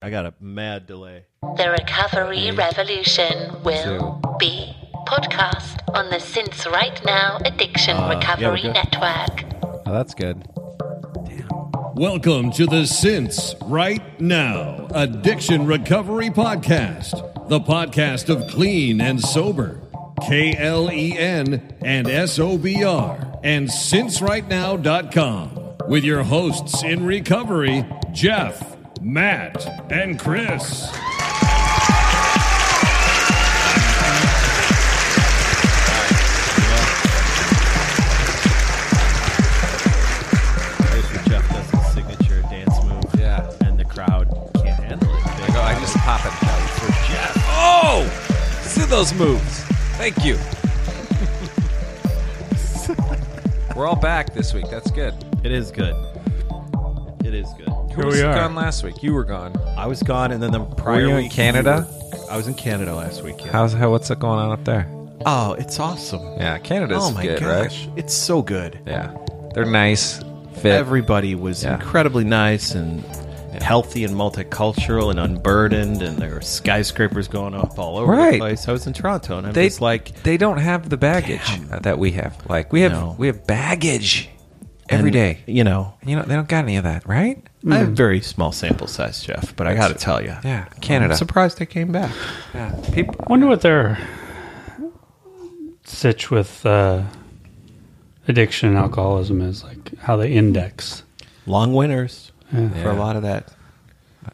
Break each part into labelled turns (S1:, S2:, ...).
S1: I got a mad delay.
S2: The Recovery Revolution will be podcast on the Since Right Now Addiction
S1: Uh, yeah,
S2: Recovery
S1: we're good.
S2: Network.
S3: Oh, that's good.
S4: Welcome to the Since Right Now Addiction Recovery Podcast, the podcast of clean and sober, K L E N and S O B R, and sincerightnow.com with your hosts in recovery, Jeff, Matt, and Chris.
S1: There's your Jeff does his signature dance move.
S3: Yeah.
S1: And the crowd can't handle it.
S3: I go, I just pop it. For Jeff. Oh! See those moves. Thank you. We're all back this week. That's good.
S1: It is good. It is good.
S3: Who was gone last week? You were gone.
S1: I was gone, and then the
S3: Were
S1: prior
S3: you in
S1: week
S3: Canada?
S1: I was in Canada last week. yeah.
S3: How's how? What's going on up there?
S1: Oh, it's awesome.
S3: Yeah, Canada's
S1: oh my
S3: good,
S1: gosh,
S3: right?
S1: it's so good.
S3: Yeah, they're nice, fit.
S1: Everybody was
S3: Yeah.
S1: incredibly nice and. and Healthy and multicultural and unburdened, and there were skyscrapers going up all over the
S3: Right.
S1: place. I was in Toronto, and I'm
S3: they
S1: just like,
S3: they don't have the baggage uh,
S1: Damn.
S3: that we have. Like we have
S1: No.
S3: we have baggage every
S1: and,
S3: day.
S1: you know,
S3: You know they don't got any of that, right?
S1: I have very small sample size, Jeff, but I got to tell you,
S3: Hmm. yeah, Canada.
S1: I'm surprised I came back.
S3: Yeah, people.
S5: wonder what their sitch with uh, addiction and alcoholism is like how they index
S1: Long winters
S5: Yeah.
S1: for a lot of that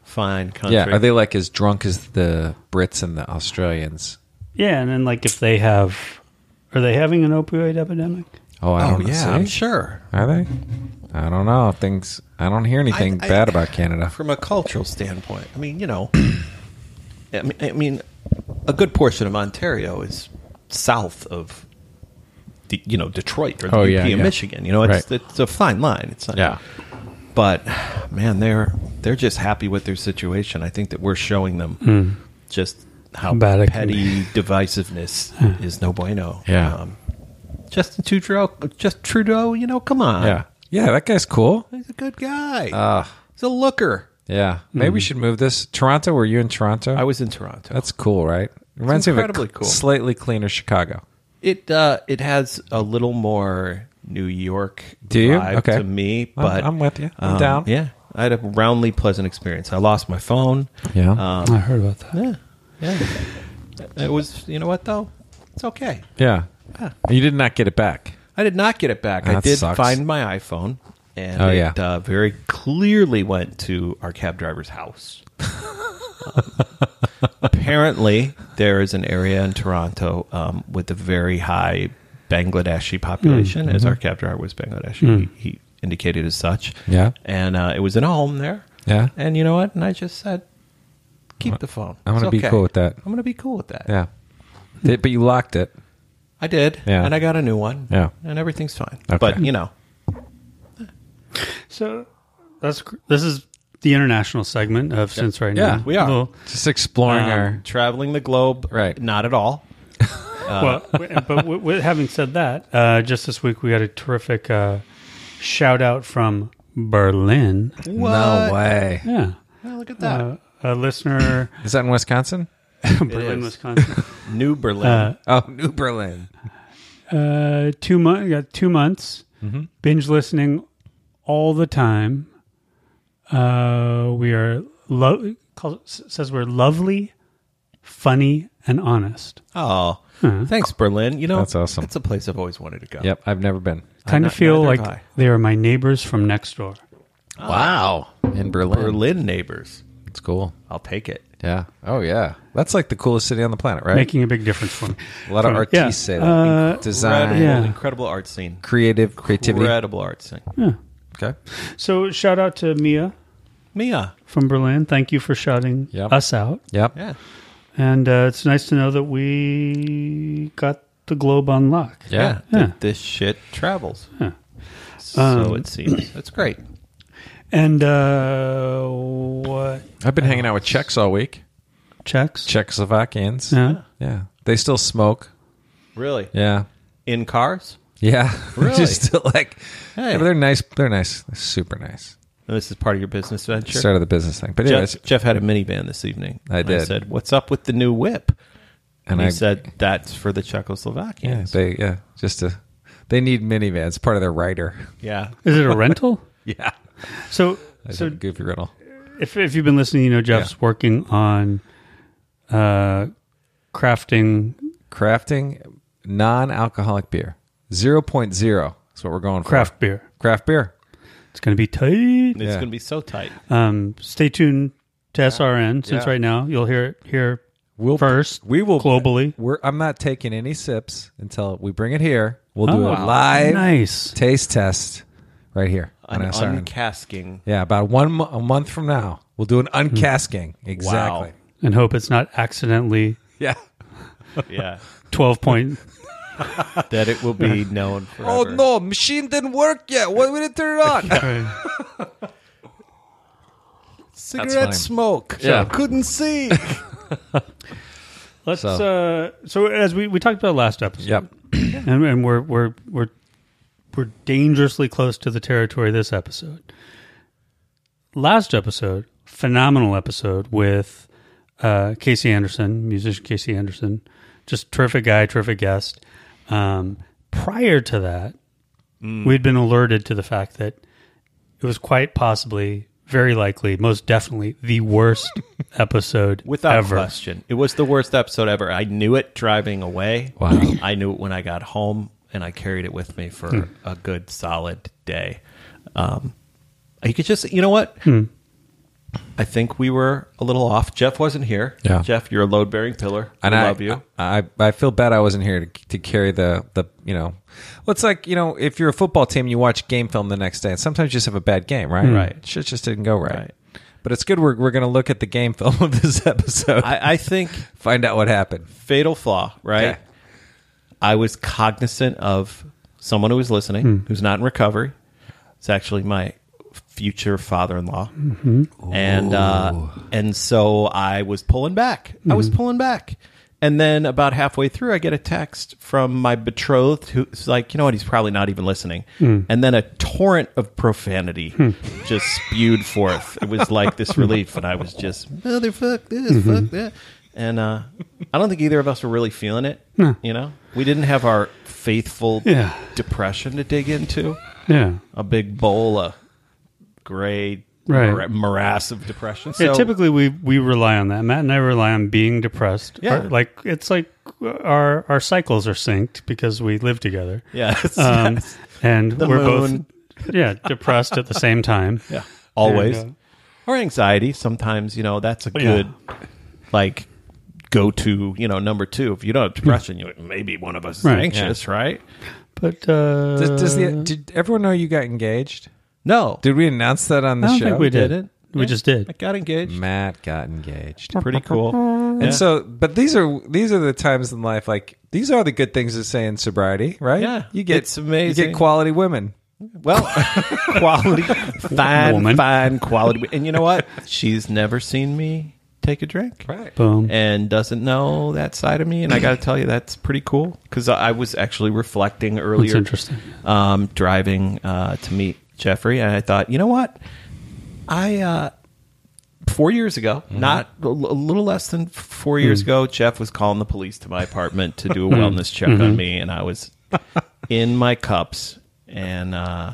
S1: fine country.
S3: Yeah, are they like as drunk as the Brits and the Australians?
S5: yeah and then like if they have are they having an opioid epidemic
S3: Oh, I
S1: Oh
S3: don't know.
S1: yeah,
S3: See?
S1: I'm sure.
S3: Are they? I don't know. Things I don't hear anything
S1: I-
S3: bad about Canada.
S1: From a cultural standpoint, I mean, you know, I mean, I mean, a good portion of Ontario is south of, the, you know, Detroit or the
S3: Oh,
S1: UP
S3: yeah,
S1: of
S3: yeah.
S1: Michigan. You know, it's
S3: Right.
S1: it's a fine line. It's not,
S3: Yeah.
S1: but man, they're they're just happy with their situation. I think that we're showing them just how
S5: Bad it can
S1: petty divisiveness is no bueno. Um,
S3: Yeah.
S1: Justin Trudeau, just Trudeau, you know, come on,
S3: Yeah, yeah, that guy's cool.
S1: he's a good guy.
S3: Ah.
S1: he's a looker.
S3: Yeah, maybe we should move this. Toronto? Were you in Toronto?
S1: I was in Toronto.
S3: That's cool, right? Reminds me of a
S1: incredibly
S3: cl-
S1: cool.
S3: slightly cleaner Chicago.
S1: It uh, it has a little more New York
S3: Do you?
S1: vibe
S3: Okay.
S1: to me,
S3: I'm-
S1: but um,
S3: I'm with you. I'm down.
S1: Yeah, I had a roundly pleasant experience. I lost my phone.
S3: Yeah.
S1: um,
S5: i heard about that
S1: yeah, yeah. It was you know what though, it's okay.
S3: Yeah. You did not get it back.
S1: I did not get it back. I
S3: That
S1: did
S3: sucks.
S1: find my iPhone, and
S3: Oh,
S1: it
S3: yeah.
S1: uh, very clearly went to our cab driver's house. Um, apparently, there is an area in Toronto um, with a very high Bangladeshi population,
S3: Mm, mm-hmm.
S1: as our cab driver was Bangladeshi. He, he indicated as such.
S3: Yeah.
S1: and uh, it was in a home there.
S3: Yeah.
S1: and you know what? And I just said, keep the phone.
S3: I'm gonna
S1: It's
S3: be
S1: okay.
S3: cool with that.
S1: I'm gonna be cool with that.
S3: Yeah. Did- but you locked it.
S1: I did.
S3: Yeah.
S1: and I got a new one.
S3: Yeah.
S1: and everything's fine.
S3: Okay.
S1: But you know.
S5: so that's cr- this is the international segment of since right
S3: Yeah,
S5: now
S1: we are.
S5: well,
S3: Mm-hmm. Just exploring
S5: Um,
S3: our.
S1: traveling the globe
S3: Right.
S1: not at all Uh.
S5: well, w- but w- w- having said that uh, just this week we got a terrific uh, shout out from berlin
S3: No way.
S5: yeah
S1: Oh, look at that
S5: uh, a listener
S3: Is that in Wisconsin?
S5: berlin
S1: is.
S5: wisconsin
S1: new berlin
S3: Oh, New Berlin.
S5: Uh, two months. Got two months. Binge listening all the time. Uh, we are lo- call, s- says we're lovely, funny, and honest.
S1: oh thanks berlin you know
S3: uh, That's awesome.
S1: that's a place i've always wanted to go
S3: Yep, I've never been.
S5: Kind
S1: not-
S5: of feel
S1: neither
S5: like
S1: have I.
S5: they are my neighbors from next door.
S3: Wow. In Berlin.
S1: Ah, berlin neighbors
S3: It's cool.
S1: i'll take it
S3: Yeah. Oh, yeah. That's like the coolest city on the planet, right?
S5: Making a big difference for me.
S3: a lot of
S5: Yeah.
S3: artists say that.
S5: Uh,
S3: Design,
S5: Yeah.
S1: incredible art scene
S3: creative, creativity. Hmm.
S1: incredible art scene
S3: Okay.
S5: So shout out to Mia
S1: mia
S5: from Berlin. Thank you for shouting
S3: Yep.
S5: us out.
S3: Yep. Yeah.
S1: yeah
S5: And uh, it's nice to know that we got the globe on lock.
S1: yeah,
S5: Yeah.
S1: Th- this shit travels so
S5: Um,
S1: it seems that's great
S5: And uh, what
S3: I've been hanging out with Czechs all week.
S5: checks?
S3: Czechoslovakians.
S5: Yeah.
S3: Yeah. They still smoke.
S1: really
S3: Yeah.
S1: in cars
S3: Yeah,
S1: Really?
S3: just to like,
S1: Hey.
S3: Yeah, but they're nice. They're nice. They're super nice.
S1: This is part of your business venture.
S3: Start of the business thing. But anyways,
S1: Jeff, Jeff had a minivan this evening.
S3: I
S1: And
S3: did.
S1: said, "What's up with the new whip?" And,
S3: And
S1: he
S3: I-
S1: said, "That's for the Czechoslovakians."
S3: yeah, they yeah, just to they need minivans. Part of their rider.
S1: yeah.
S5: Is it a rental?
S3: Yeah,
S5: So,
S3: it's
S5: so
S3: a goofy riddle.
S5: if if you've been listening, you know Jeff's working on uh, crafting.
S3: Crafting non-alcoholic beer, 0.0 is what we're going for.
S5: craft beer.
S3: craft beer.
S5: It's going to be tight.
S1: It's
S3: Yeah.
S1: going to be so tight.
S5: Um, stay tuned to SRN since
S3: Yeah.
S5: right now you'll hear it here
S3: We'll-
S5: first.
S3: we will-
S5: globally.
S3: We're I'm not taking any sips until we bring it here. We'll do
S5: Oh,
S3: a live
S5: Nice.
S3: taste test right here on
S1: An
S3: SRN.
S1: uncasking.
S3: yeah, about one mo- a month from now, we'll do an
S5: Hmm.
S3: uncasking. Exactly.
S5: And hope it's not accidentally
S3: Yeah.
S1: Yeah.
S5: twelve point.
S1: that it will be known forever.
S3: Oh no, machine didn't work yet. Why did it turn on?
S1: Cigarette
S3: fine.
S1: smoke.
S3: Yeah.
S1: Couldn't see.
S5: Let's so. uh so as we, we talked about last episode,
S3: yep.
S5: and, and we're we're we're we're dangerously close to the territory this episode. Last episode, phenomenal episode with uh, Casey Anderson, musician Casey Anderson, just terrific guy, terrific guest. Um, prior to that, we'd been alerted to the fact that it was quite possibly, very likely, most definitely the worst episode
S1: Without
S5: ever.
S1: question. It was the worst episode ever. I knew it driving away.
S3: Wow.
S1: I knew it when I got home, and I carried it with me for
S3: Hmm.
S1: a good solid day. Um, you could just, you know what?
S3: Hmm.
S1: I think we were a little off. Jeff wasn't here.
S3: Yeah.
S1: Jeff, you're a load bearing pillar.
S3: And
S1: I
S3: I
S1: love you.
S3: I, I feel bad I wasn't here to, to carry the, the you know, well, it's like you know if you're a football team you watch game film the next day and sometimes you just have a bad game right
S1: Right.
S3: shit just didn't go right,
S1: Right.
S3: but it's good we're we're gonna look at the game film of this episode
S1: I, I think
S3: find out what happened
S1: fatal flaw, right?
S3: Okay.
S1: I was cognizant of someone who was listening, who's not in recovery. It's actually my future father-in-law, and uh, and so I was pulling back. I was pulling back, and then about halfway through, I get a text from my betrothed, who's like, you know what? He's probably not even listening. And then a torrent of profanity just spewed forth. It was like this relief, and I was just motherfuck this, fuck that, and uh, I don't think either of us were really feeling it. You know, we didn't have our faithful
S5: Yeah.
S1: depression to dig into
S5: Yeah.
S1: a big bowl of gray
S5: Right.
S1: mora- morass of depression. So
S5: Yeah, typically we we rely on that. Matt and I rely on being depressed.
S1: Yeah.
S5: Our- like it's like our our cycles are synked because we live together.
S1: yeah, it's-
S5: Um, and
S1: The
S5: we're
S1: moon.
S5: both yeah depressed at the same time.
S1: yeah, always
S5: And,
S1: or anxiety. Sometimes you know that's a
S5: Oh,
S1: good like go to you know number two. If you don't have depression, you maybe one of us is
S5: Right.
S1: anxious, right?
S5: But uh,
S3: does, does the, did everyone know you got engaged
S1: No,
S3: did we announce that on the
S5: I don't
S3: show
S5: think we did.
S1: did it?
S5: We
S1: Yeah.
S5: just did.
S1: I got engaged.
S3: Matt got engaged
S1: Pretty cool.
S3: And so, but these are these are the times in life like these are the good things to say in sobriety, right?
S1: Yeah,
S3: you get
S1: it's amazing.
S3: You get quality women.
S1: Well, quality, fine,
S5: Woman.
S1: fine quality. And you know what? She's never seen me take a drink.
S3: Right.
S5: Boom.
S1: and doesn't know that side of me. And I got to tell you, that's pretty cool because I I was actually reflecting earlier.
S5: interesting.
S1: Um, driving uh, to meet Jeffrey, and I thought, you know what? I uh, four years ago,
S3: Mm-hmm.
S1: not a l- a little less than f-
S3: Mm.
S1: four years ago, Jeff was calling the police to my apartment to
S3: Mm-hmm.
S1: do a wellness check on me, and I was in my cups and, uh,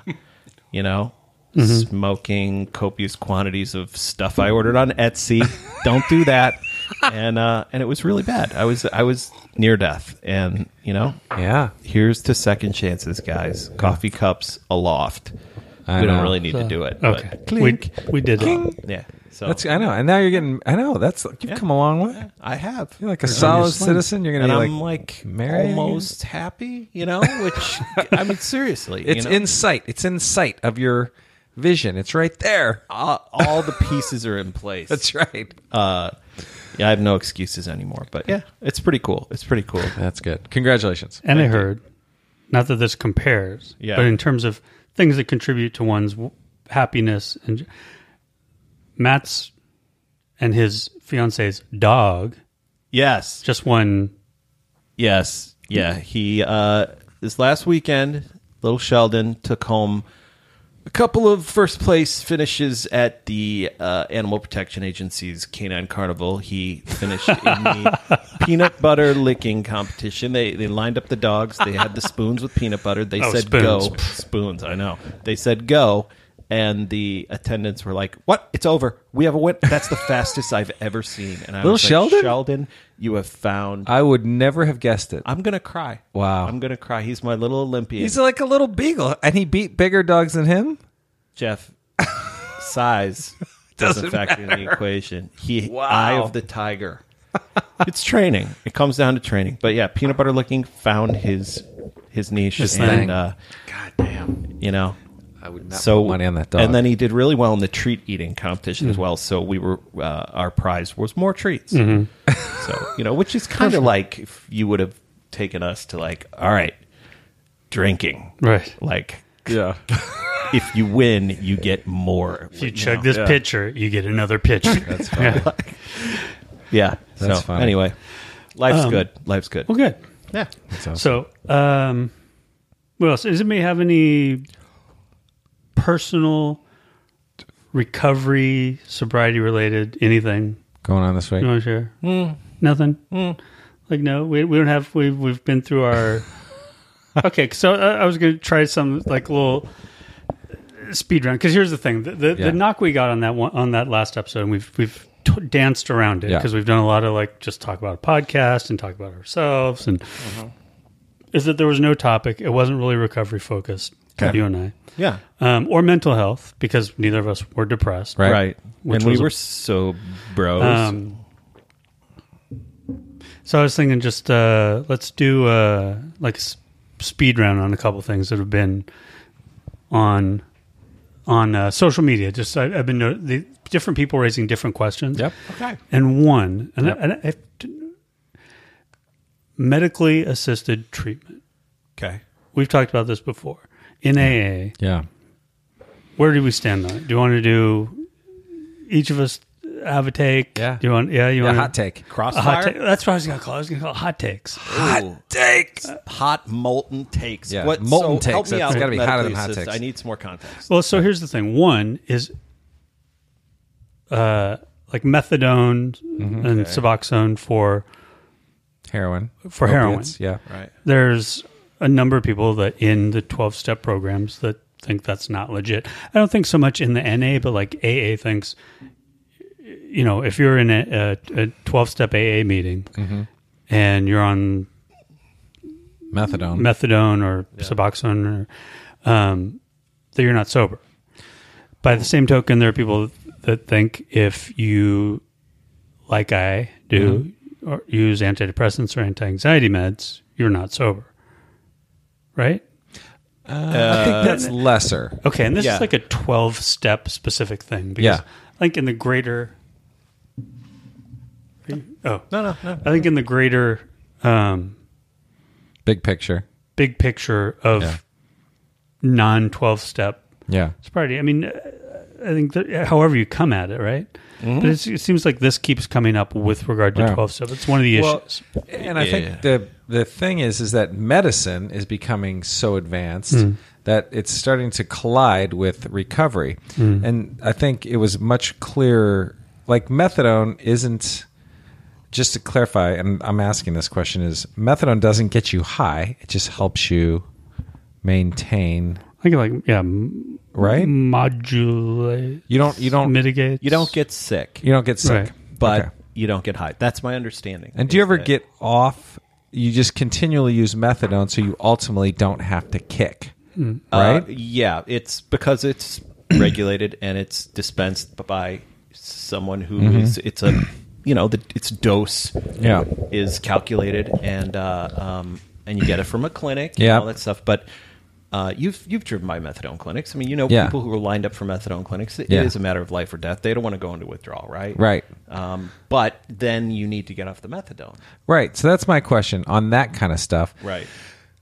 S1: you know,
S3: Mm-hmm.
S1: smoking copious quantities of stuff I ordered on Etsy. Don't do that. And uh, and it was really bad. I was I was near death, and you know,
S3: Yeah,
S1: here's to second chances, guys. Coffee cups aloft.
S3: I
S1: we
S3: know.
S1: don't really need to do it. but-
S5: Okay. We, we did it.
S1: yeah. So
S3: that's I know. And now you're getting. I know that's you've come a long way.
S1: I have.
S3: You're like a solid citizen. You're
S1: and
S3: gonna be
S1: I'm
S3: like.
S1: like,
S3: married, I guess?
S1: almost happy, you know. Which I mean, seriously,
S3: It's
S1: you know?
S3: in sight. It's in sight of your vision. It's right there.
S1: all, all the pieces are in place. Uh,
S3: That's right.
S1: Oh. yeah, I have no excuses anymore. But yeah, it's pretty cool. It's pretty cool.
S3: That's good. Congratulations.
S5: And I heard, not that this compares,
S1: Yeah.
S5: but in terms of things that contribute to one's w- happiness and j- Matt's and his fiance's dog
S1: Yes,
S5: just won.
S1: yes, yeah. He uh, this last weekend, little Sheldon took home A couple of first place finishes at the uh, Animal Protection Agency's Canine Carnival. He finished in the peanut butter licking competition. They they lined up the dogs. They had the spoons with peanut butter. They
S5: Oh,
S1: said
S5: spoons.
S1: go spoons. I know. They said go, and the attendants were like, "What? It's over. We have a win. That's the fastest I've ever seen." And I
S3: Little
S1: was like,
S3: Sheldon?
S1: Sheldon, you have found.
S3: I would never have guessed it.
S1: I'm gonna cry.
S3: Wow.
S1: I'm gonna cry. He's my little Olympian.
S3: He's like a little beagle, and he beat bigger dogs than him.
S1: Jeff, size doesn't, factor in the equation. He eye of the tiger. it's training. It comes down to training. But yeah, peanut butter licking found his his niche
S3: thing.
S1: and uh,
S3: God damn!
S1: you know.
S3: I would not
S1: So
S3: put money on that dog. Mm.
S1: and then he did really well in the treat eating competition as well. So we were uh, our prize was more treats.
S3: Mm-hmm.
S1: So you know, which is kind of like if you would have taken us to like, all right, drinking,
S5: Right.
S1: like
S3: yeah,
S1: if you win, you get more.
S5: If you chug this pitcher, you get another pitcher. That's fine.
S1: Yeah.
S3: That's
S1: so
S3: funny. Um,
S1: anyway, life's good. Life's good.
S5: Well, good.
S1: Yeah.
S5: So, um, what else? Does anybody have any personal recovery, sobriety related anything
S3: going on this
S5: you
S3: way.
S5: want to share?
S3: Hmm.
S5: Nothing. Like no, we we don't have. We've we've been through our. okay, so I, I was going to try some like little speed round because here's the thing: the the,
S3: Yeah.
S5: the knock we got on that one on that last episode, and we've we've t- danced around it
S3: Yeah.
S5: because we've done a lot of like just talk about a podcast and talk about ourselves and.
S3: Mm-hmm.
S5: Is that there was no topic? It wasn't really recovery focused.
S1: Okay.
S5: You and I,
S1: Yeah.
S5: um, or mental health, because neither of us were depressed.
S3: Right.
S1: Right.
S5: Which
S1: and we
S5: was a-
S1: were so bros.
S5: Um, so I was thinking, just uh, let's do uh, like a s- speed round on a couple things that have been on on uh, social media. Just I, I've been no- the different people raising different questions.
S3: Yep.
S1: okay.
S5: And one, and, I, and I, medically assisted treatment.
S1: Okay.
S5: We've talked about this before in AA.
S3: Yeah.
S5: Where do we stand on it? Do you want to do each of us have a take?
S3: Yeah.
S5: Do you want? Yeah. You
S3: Yeah.
S5: want
S3: Hot take.
S5: A hot
S1: Crossfire.
S5: take. That's what I was gonna call. it. I was gonna call it hot takes.
S1: Hot takes.
S5: Uh,
S1: hot molten takes.
S3: Yeah,
S1: What
S3: molten
S1: so Help
S3: takes.
S1: me
S3: That's
S1: out.
S3: gotta
S1: with
S3: be hotter
S1: medically
S3: than hot
S1: assist.
S3: takes.
S1: I need some more context.
S5: Well, so here's the thing. One is, uh, like methadone and Suboxone for
S3: Heroin
S5: For heroin.
S3: heroin. Yeah.
S1: Right.
S5: there's a number of people that in the 12 step programs that think that's not legit. I don't think so much in the NA, but like AA thinks, you know, if you're in a, a, a 12 step AA meeting and you're on
S3: Methadone.
S5: methadone or Suboxone, or, um, that you're not sober. By the same token, there are people that think if you, like I do,
S1: Mm-hmm.
S5: or use antidepressants or anti anxiety meds, you're not sober. Right?
S1: Uh,
S3: I think that's lesser.
S5: Okay. And this
S1: Yeah.
S5: is like a 12 step specific thing. Because
S3: Yeah.
S5: I think in the greater. Are you- Oh.
S1: No, no, no.
S5: I think in the greater um,
S3: Big picture.
S5: big picture of
S3: Yeah.
S5: non 12 step
S3: Yeah.
S5: sobriety. I mean, uh, I think that uh, however you come at it, right? But it's, it seems like this keeps coming up with regard to
S3: Mm-hmm. Yeah.
S5: 12 step. It's one of the
S3: Well,
S5: issues.
S3: and I
S1: Yeah.
S3: think the the thing is is that medicine is becoming so advanced that it's starting to collide with recovery. And I think it was much clearer like methadone isn't just to clarify and I'm asking this question is methadone doesn't get you high, it just helps you maintain,
S5: I think like yeah, m-
S3: right?
S5: Hmm. modulate,
S3: You don't you don't
S5: mitigate.
S1: You don't get sick,
S3: you don't get sick.
S5: Right.
S1: but
S3: Okay.
S1: you don't get high. That's my understanding.
S3: And do you
S1: is
S3: ever
S1: that-
S3: get off? You just continually use methadone, so you ultimately don't have to kick,
S1: Uh,
S3: right?
S1: yeah, it's because it's regulated and it's dispensed by someone who is. It's a you know the its dose
S3: Mm-hmm. Yeah.
S1: is calculated and uh, um, and you get it from a clinic and
S3: Yeah.
S1: all that stuff. But uh, you've you've driven by methadone clinics. I mean, you know
S3: Yeah.
S1: people who are lined up for methadone clinics. It is
S3: Yeah.
S1: a matter of life or death. They don't want to go into withdrawal, right?
S3: Right.
S1: Um, but then you need to get off the methadone,
S3: right. So that's my question on that kind of stuff.
S1: right?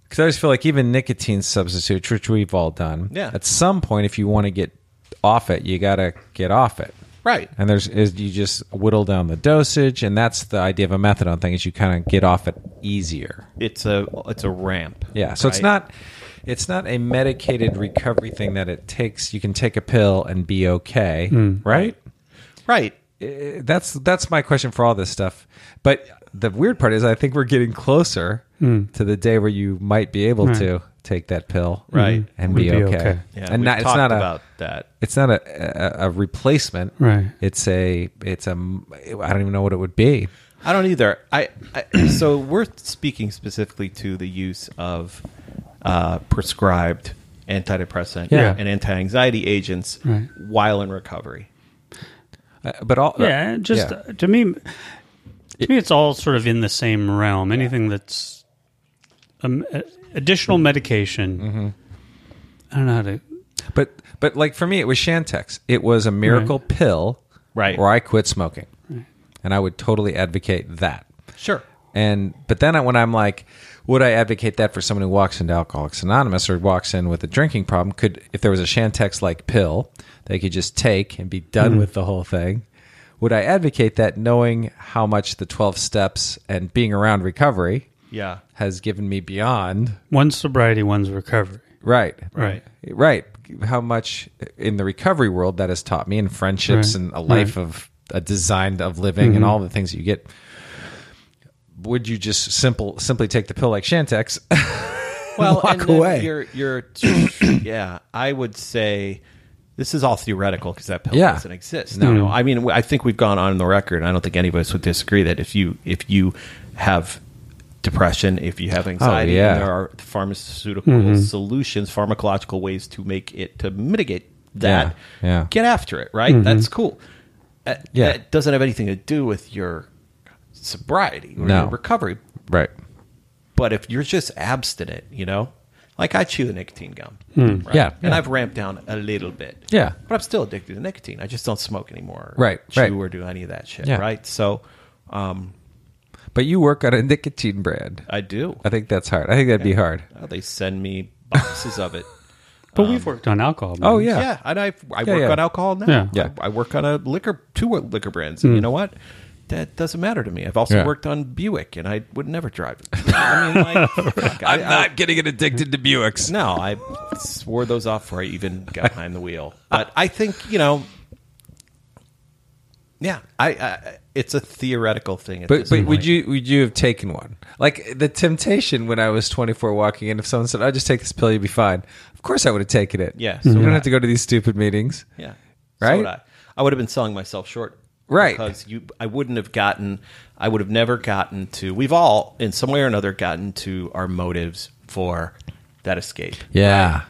S3: Because I always feel like even nicotine substitutes, which we've all done,
S1: Yeah.
S3: at some point, if you want to get off it, you got to get off it.
S1: Right.
S3: And there's is you just whittle down the dosage, and that's the idea of a methadone thing is you kind of get off it easier.
S1: It's a it's a ramp.
S3: Yeah. So it's
S1: right?
S3: not it's not a medicated recovery thing that it takes. You can take a pill and be okay,
S5: Hmm.
S3: right?
S1: Right.
S3: Uh, That's that's my question for all this stuff. But the weird part is, I think we're getting closer
S5: Hmm.
S3: to the day where you might be able to take that pill,
S1: Right.
S3: and
S5: Would
S3: be,
S5: be
S3: okay.
S5: okay.
S1: Yeah.
S3: and
S1: we've
S3: not, it's
S1: talked
S3: not a
S1: about that.
S3: it's not a, a a replacement,
S5: Right.
S3: It's a it's a I don't even know what it would be.
S1: I don't either. I, I so we're speaking specifically to the use of uh, prescribed antidepressant
S5: Yeah.
S1: and anti-anxiety agents
S5: Right.
S1: while in recovery.
S3: Uh, But all
S5: yeah, just
S3: yeah.
S5: uh to me, to me, it's all sort of in the same realm. Anything that's um, a- additional medication.
S3: Mm-hmm.
S5: I don't know how to.
S3: But but like for me, it was Shantex. It was a miracle pill,
S1: Right.
S3: Where I quit smoking, and I would totally advocate that.
S1: Sure.
S3: And but then I, when I'm like, would I advocate that for someone who walks into Alcoholics Anonymous or walks in with a drinking problem? Could if there was a Shantex like pill they could just take and be done
S1: Hmm.
S3: with the whole thing? Would I advocate that, knowing how much the twelve steps and being around recovery
S1: Yeah.
S3: has given me beyond?
S5: One's sobriety, one's recovery.
S3: Right,
S5: Right.
S3: right how much in the recovery world that has taught me in friendships
S5: Right. Mm-hmm.
S3: and a life of a design of living and all the things that you get would you just simple simply take the pill like Shantex?
S1: Well,
S3: walk
S1: and then
S3: away.
S1: You're, you're yeah. I would say this is all theoretical because that pill
S3: Yeah.
S1: doesn't exist. No, no. I mean, I think we've gone on the record, and I don't think any of us would disagree that if you if you have depression, if you have anxiety,
S3: Oh, yeah. Mm-hmm.
S1: and there are pharmaceutical solutions, pharmacological ways to make it to mitigate that.
S3: Yeah, yeah. Mm-hmm.
S1: Get after it, right? That's cool. That,
S3: Yeah.
S1: that doesn't have anything to do with your sobriety or
S3: No.
S1: your recovery
S3: right.
S1: but if you're just abstinent, you know, like I chew the nicotine gum, right?
S3: Hmm. Yeah,
S1: and
S3: yeah.
S1: I've ramped down a little bit,
S3: Yeah.
S1: but I'm still addicted to nicotine. I just don't smoke anymore, or
S3: Right,
S1: Chew
S3: right.
S1: or do any of that shit,
S3: Yeah.
S1: right? So, um,
S3: But you work on a nicotine brand.
S1: I do.
S3: I think that's hard. I think that'd be hard.
S1: Oh, they send me boxes of it.
S5: But we've worked Um, on alcohol.
S3: Oh
S5: man.
S3: yeah.
S1: Yeah, and I I
S3: Yeah,
S1: work
S3: yeah.
S1: on alcohol now.
S5: Yeah.
S3: Yeah. Hmm.
S1: I, I work on a liquor two liquor brands, and you know what? That doesn't matter to me. I've also
S3: Yeah.
S1: worked on Buick, and I would never drive it. I mean, like, fuck, I-
S3: I'm
S1: I-
S3: not getting addicted to Buicks.
S1: No, I swore those off before I even got behind the wheel. But I think you know, yeah, I, I it's a theoretical thing. At
S3: But
S1: this
S3: but
S1: point.
S3: would you would you have taken one? Like the temptation when I was 24 walking in, if someone said, "I just take this pill, you'll be fine," of course I would have taken it.
S1: Yeah, so
S3: so
S5: Mm-hmm.
S3: we
S1: would
S3: don't
S1: I.
S3: have to go to these stupid meetings.
S1: Yeah,
S3: Right?
S1: So would I. I would have been selling myself short,
S3: Right.
S1: Because you, I wouldn't have gotten. I would have never gotten to. We've all, in some way or another, gotten to our motives for that escape.
S3: Yeah,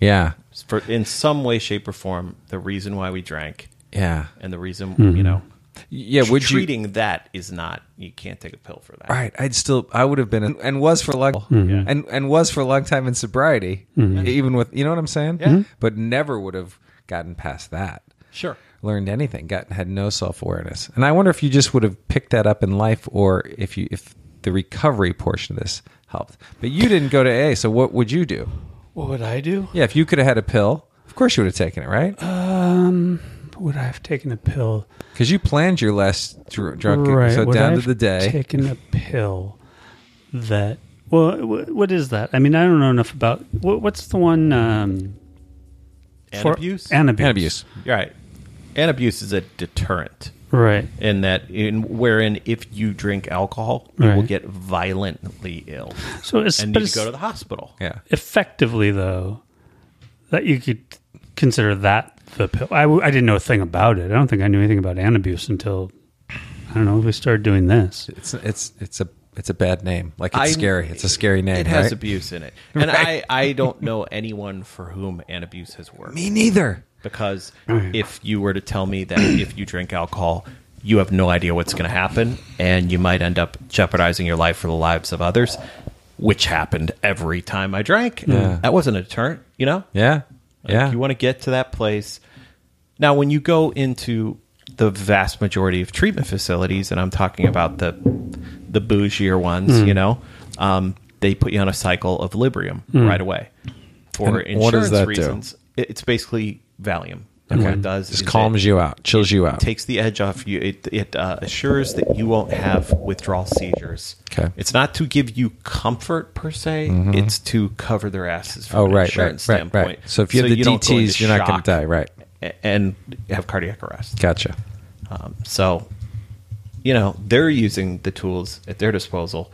S3: yeah,
S1: For in some way, shape, or form, the reason why we drank
S3: yeah,
S1: and the reason you know.
S3: Mm-hmm. yeah. Would you?
S1: treating that is not you can't take a pill for that.
S3: Right, I'd still, I would have been, and was for a long, and and was for a long time in sobriety, e, even with, you know what I'm saying?
S1: Yeah. Mhm.
S3: But never would have gotten past that,
S1: Sure.
S3: learned anything, got had no self awareness, and I wonder if you just would have picked that up in life, or if you if the recovery portion of this helped. But you didn't go to AA, so what would you do?
S5: What would I do?
S3: Yeah, if you could have had a pill, of course you would have taken it, right?
S5: Um, Would I have taken a pill?
S3: Because you planned your last dr- drunk,
S5: right.
S3: so
S5: would I
S3: down to
S5: have
S3: the day.
S5: Taken a pill that. Well, wh- what is that? I mean, I don't know enough about. What, what's the one? Um,
S1: And
S5: for-
S1: abuse.
S5: And abuse.
S3: and abuse.
S1: You're right. And abuse is a deterrent
S5: Right.
S1: in that in wherein if you drink alcohol, you will
S5: Right.
S1: get violently ill
S5: So it's,
S1: and
S5: but
S1: need
S5: it's
S1: to go to the hospital.
S3: Yeah.
S5: effectively though that you could consider that the pill. I, w- I didn't know a thing about it. I don't think I knew anything about an abuse until I don't know we started doing this.
S3: It's it's it's a it's a bad name. Like it's
S1: I-
S3: scary. It's a scary name.
S1: It has
S3: right?
S1: abuse in it. And I, I don't know anyone for whom an abuse has worked.
S3: Me neither.
S1: Because if you were to tell me that if you drink alcohol, you have no idea what's going to happen and you might end up jeopardizing your life for the lives of others, which happened every time I drank.
S3: Yeah.
S1: That wasn't a deterrent, you know?
S3: Yeah.
S1: Like,
S3: yeah.
S1: You want to get to that place. Now, when you go into the vast majority of treatment facilities, and I'm talking about the the bougier ones,
S3: Hmm.
S1: you know, um, they put you on a cycle of Librium right away for
S3: Hmm. And what
S1: insurance
S3: does that do?
S1: reasons. It- It's basically Valium. And what it does
S3: Just
S1: is
S3: calms
S1: it
S3: you out, chills you out.
S1: takes the edge off you. It, it uh, assures that you won't have withdrawal seizures.
S3: Okay. Mm-hmm.
S1: It's not to give you comfort per se. It's to cover their asses from
S3: oh,
S1: an
S3: right, right,
S1: insurance
S3: right,
S1: standpoint.
S3: right. So if you have the
S1: don't go
S3: DTS,
S1: into
S3: you're not going
S1: shock
S3: to die, right?
S1: a- And have cardiac arrest.
S3: Gotcha.
S1: Um, so, you know, they're using the tools at their disposal.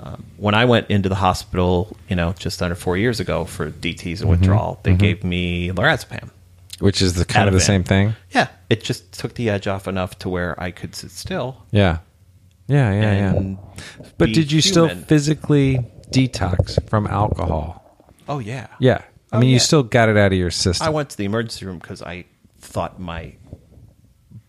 S1: Um, when I went into the hospital, you know, just under four years ago for DTS
S3: Mm-hmm.
S1: and withdrawal, they gave me lorazepam.
S3: Which is the kind of the
S1: Ativan.
S3: same thing.
S1: Yeah, it just took the edge off enough to where I could sit still.
S3: Yeah, yeah, yeah,
S1: And
S3: yeah. But
S1: be
S3: did you still
S1: human.
S3: physically detox from alcohol?
S1: Oh yeah,
S3: Yeah, I
S1: Oh,
S3: mean, you
S1: yeah.
S3: still got it out of your
S1: I
S3: system.
S1: went to the emergency room because I thought my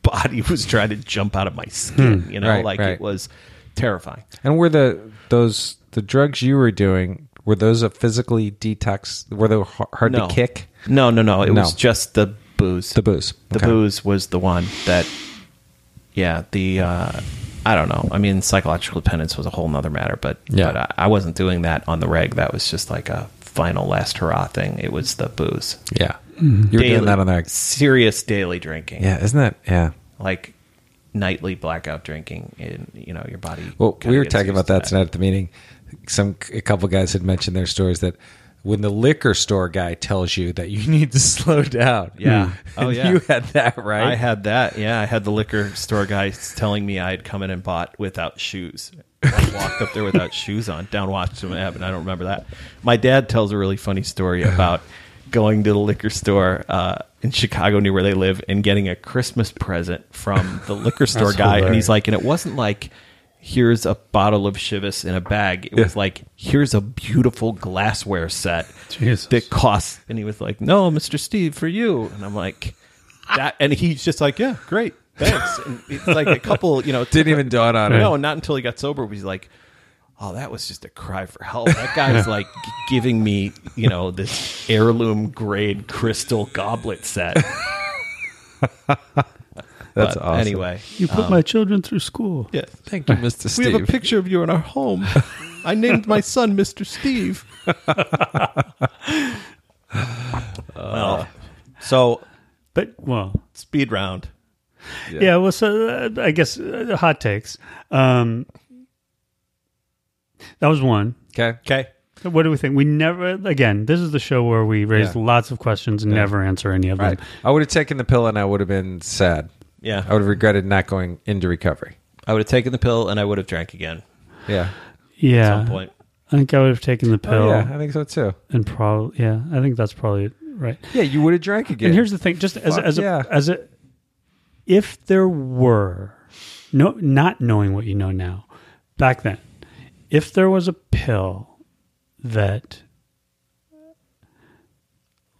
S1: body was trying to jump out of my skin. You know,
S3: Hmm. Right,
S1: like
S3: right.
S1: it was terrifying.
S3: and were the those the drugs you were doing were those a physically detox? Were they har- hard
S1: no.
S3: to kick?
S1: No, no, no. It
S3: No.
S1: was just the booze.
S3: The booze.
S1: The
S3: Okay.
S1: booze was the one that, yeah, the, uh, I don't know. I mean, psychological dependence was a whole nother matter, but,
S3: Yeah.
S1: but I, I wasn't doing that on the reg. That was just like a final last hurrah thing. It was the booze.
S3: Yeah, you were doing that on there.
S1: Serious daily drinking.
S3: Yeah, isn't that yeah?
S1: Like nightly blackout drinking in, you know, your body.
S3: Well,
S1: kinda
S3: we were
S1: gets
S3: talking
S1: used
S3: about
S1: to
S3: that tonight at the meeting. Some a couple guys had mentioned their stories that when the liquor store guy tells you that you need to slow down,
S1: Yeah. Oh,
S3: And
S1: yeah.
S3: you had that right.
S1: I had that. Yeah, I had the liquor store guy telling me I had come in and bought without shoes. I walked up there without shoes on. Down Washington Avenue. I don't remember that. My dad tells a really funny story about going to the liquor store uh, in Chicago near where they live and getting a Christmas present from the liquor store
S5: That's
S1: guy. And
S5: hilarious.
S1: he's like, and it wasn't like. Here's a bottle of Chivas in a bag. It was
S3: Yeah.
S1: like, here's a beautiful glassware set
S5: Jesus.
S1: that costs. And he was like, no, Mr. Steve, for you. And I'm like, that and he's just like, yeah, great, thanks. And it's like a couple, you know,
S3: Didn't even dawn on
S1: no,
S3: it.
S1: not until he got sober was he like, oh, that was just a cry for help. That guy's like g- giving me, you know, this heirloom grade crystal goblet set.
S3: That's
S1: But
S3: awesome.
S1: Anyway,
S5: You put my children through school.
S1: Um, yeah.
S3: thank you, Mister
S1: We
S3: Steve.
S1: have a picture of you in our home. I named my son Mr. Steve. Uh, well, so
S5: But well,
S1: speed round.
S5: yeah. well, so uh, I guess uh, hot takes. Um, that was one.
S3: okay,
S1: Okay.
S5: What do we think? We never again. This is the show where we raise
S3: Yeah.
S5: lots of questions and never answer any of them.
S3: right. I would have taken the pill and I would have been sad.
S1: Yeah.
S3: I would have regretted not going into recovery.
S1: I would have taken the pill and I would have drank again
S3: Yeah,
S1: at
S5: Yeah,
S1: some point.
S5: I think I would have taken the pill
S3: Oh, yeah, I think so too.
S5: and probably yeah. I think that's probably it, right.
S3: Yeah, you would have drank again.
S5: And here's the thing: just as
S3: Fuck
S5: as a,
S3: yeah.
S5: as a, if there were no not knowing what you know now, back then, if there was a pill that,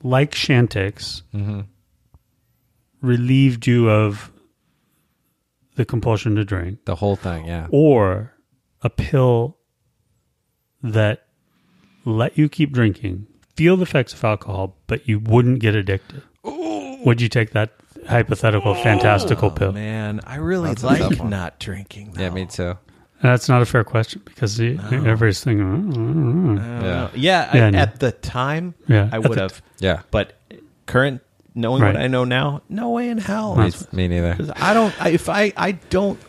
S5: like Shantix,
S3: Mm-hmm.
S5: relieved you of the compulsion to drink,
S3: the whole thing. Yeah,
S5: or a pill that let you keep drinking, feel the effects of alcohol, but you wouldn't get addicted. Would you take that hypothetical fantastical pill?
S1: Man, I really
S3: That's a tough
S1: like
S3: one.
S1: not drinking. Though.
S3: yeah, me too.
S5: That's not a fair question because the, everybody's thinking, "Oh, I don't know."
S1: yeah, yeah, I-
S5: Yeah, I know.
S1: at the time,
S5: Yeah.
S1: I
S5: At
S1: would have.
S3: Yeah.
S1: But current, knowing
S5: Right.
S1: what I know now, no way in hell.
S3: Me, me neither.
S1: 'Cause I don't. I, if I, I don't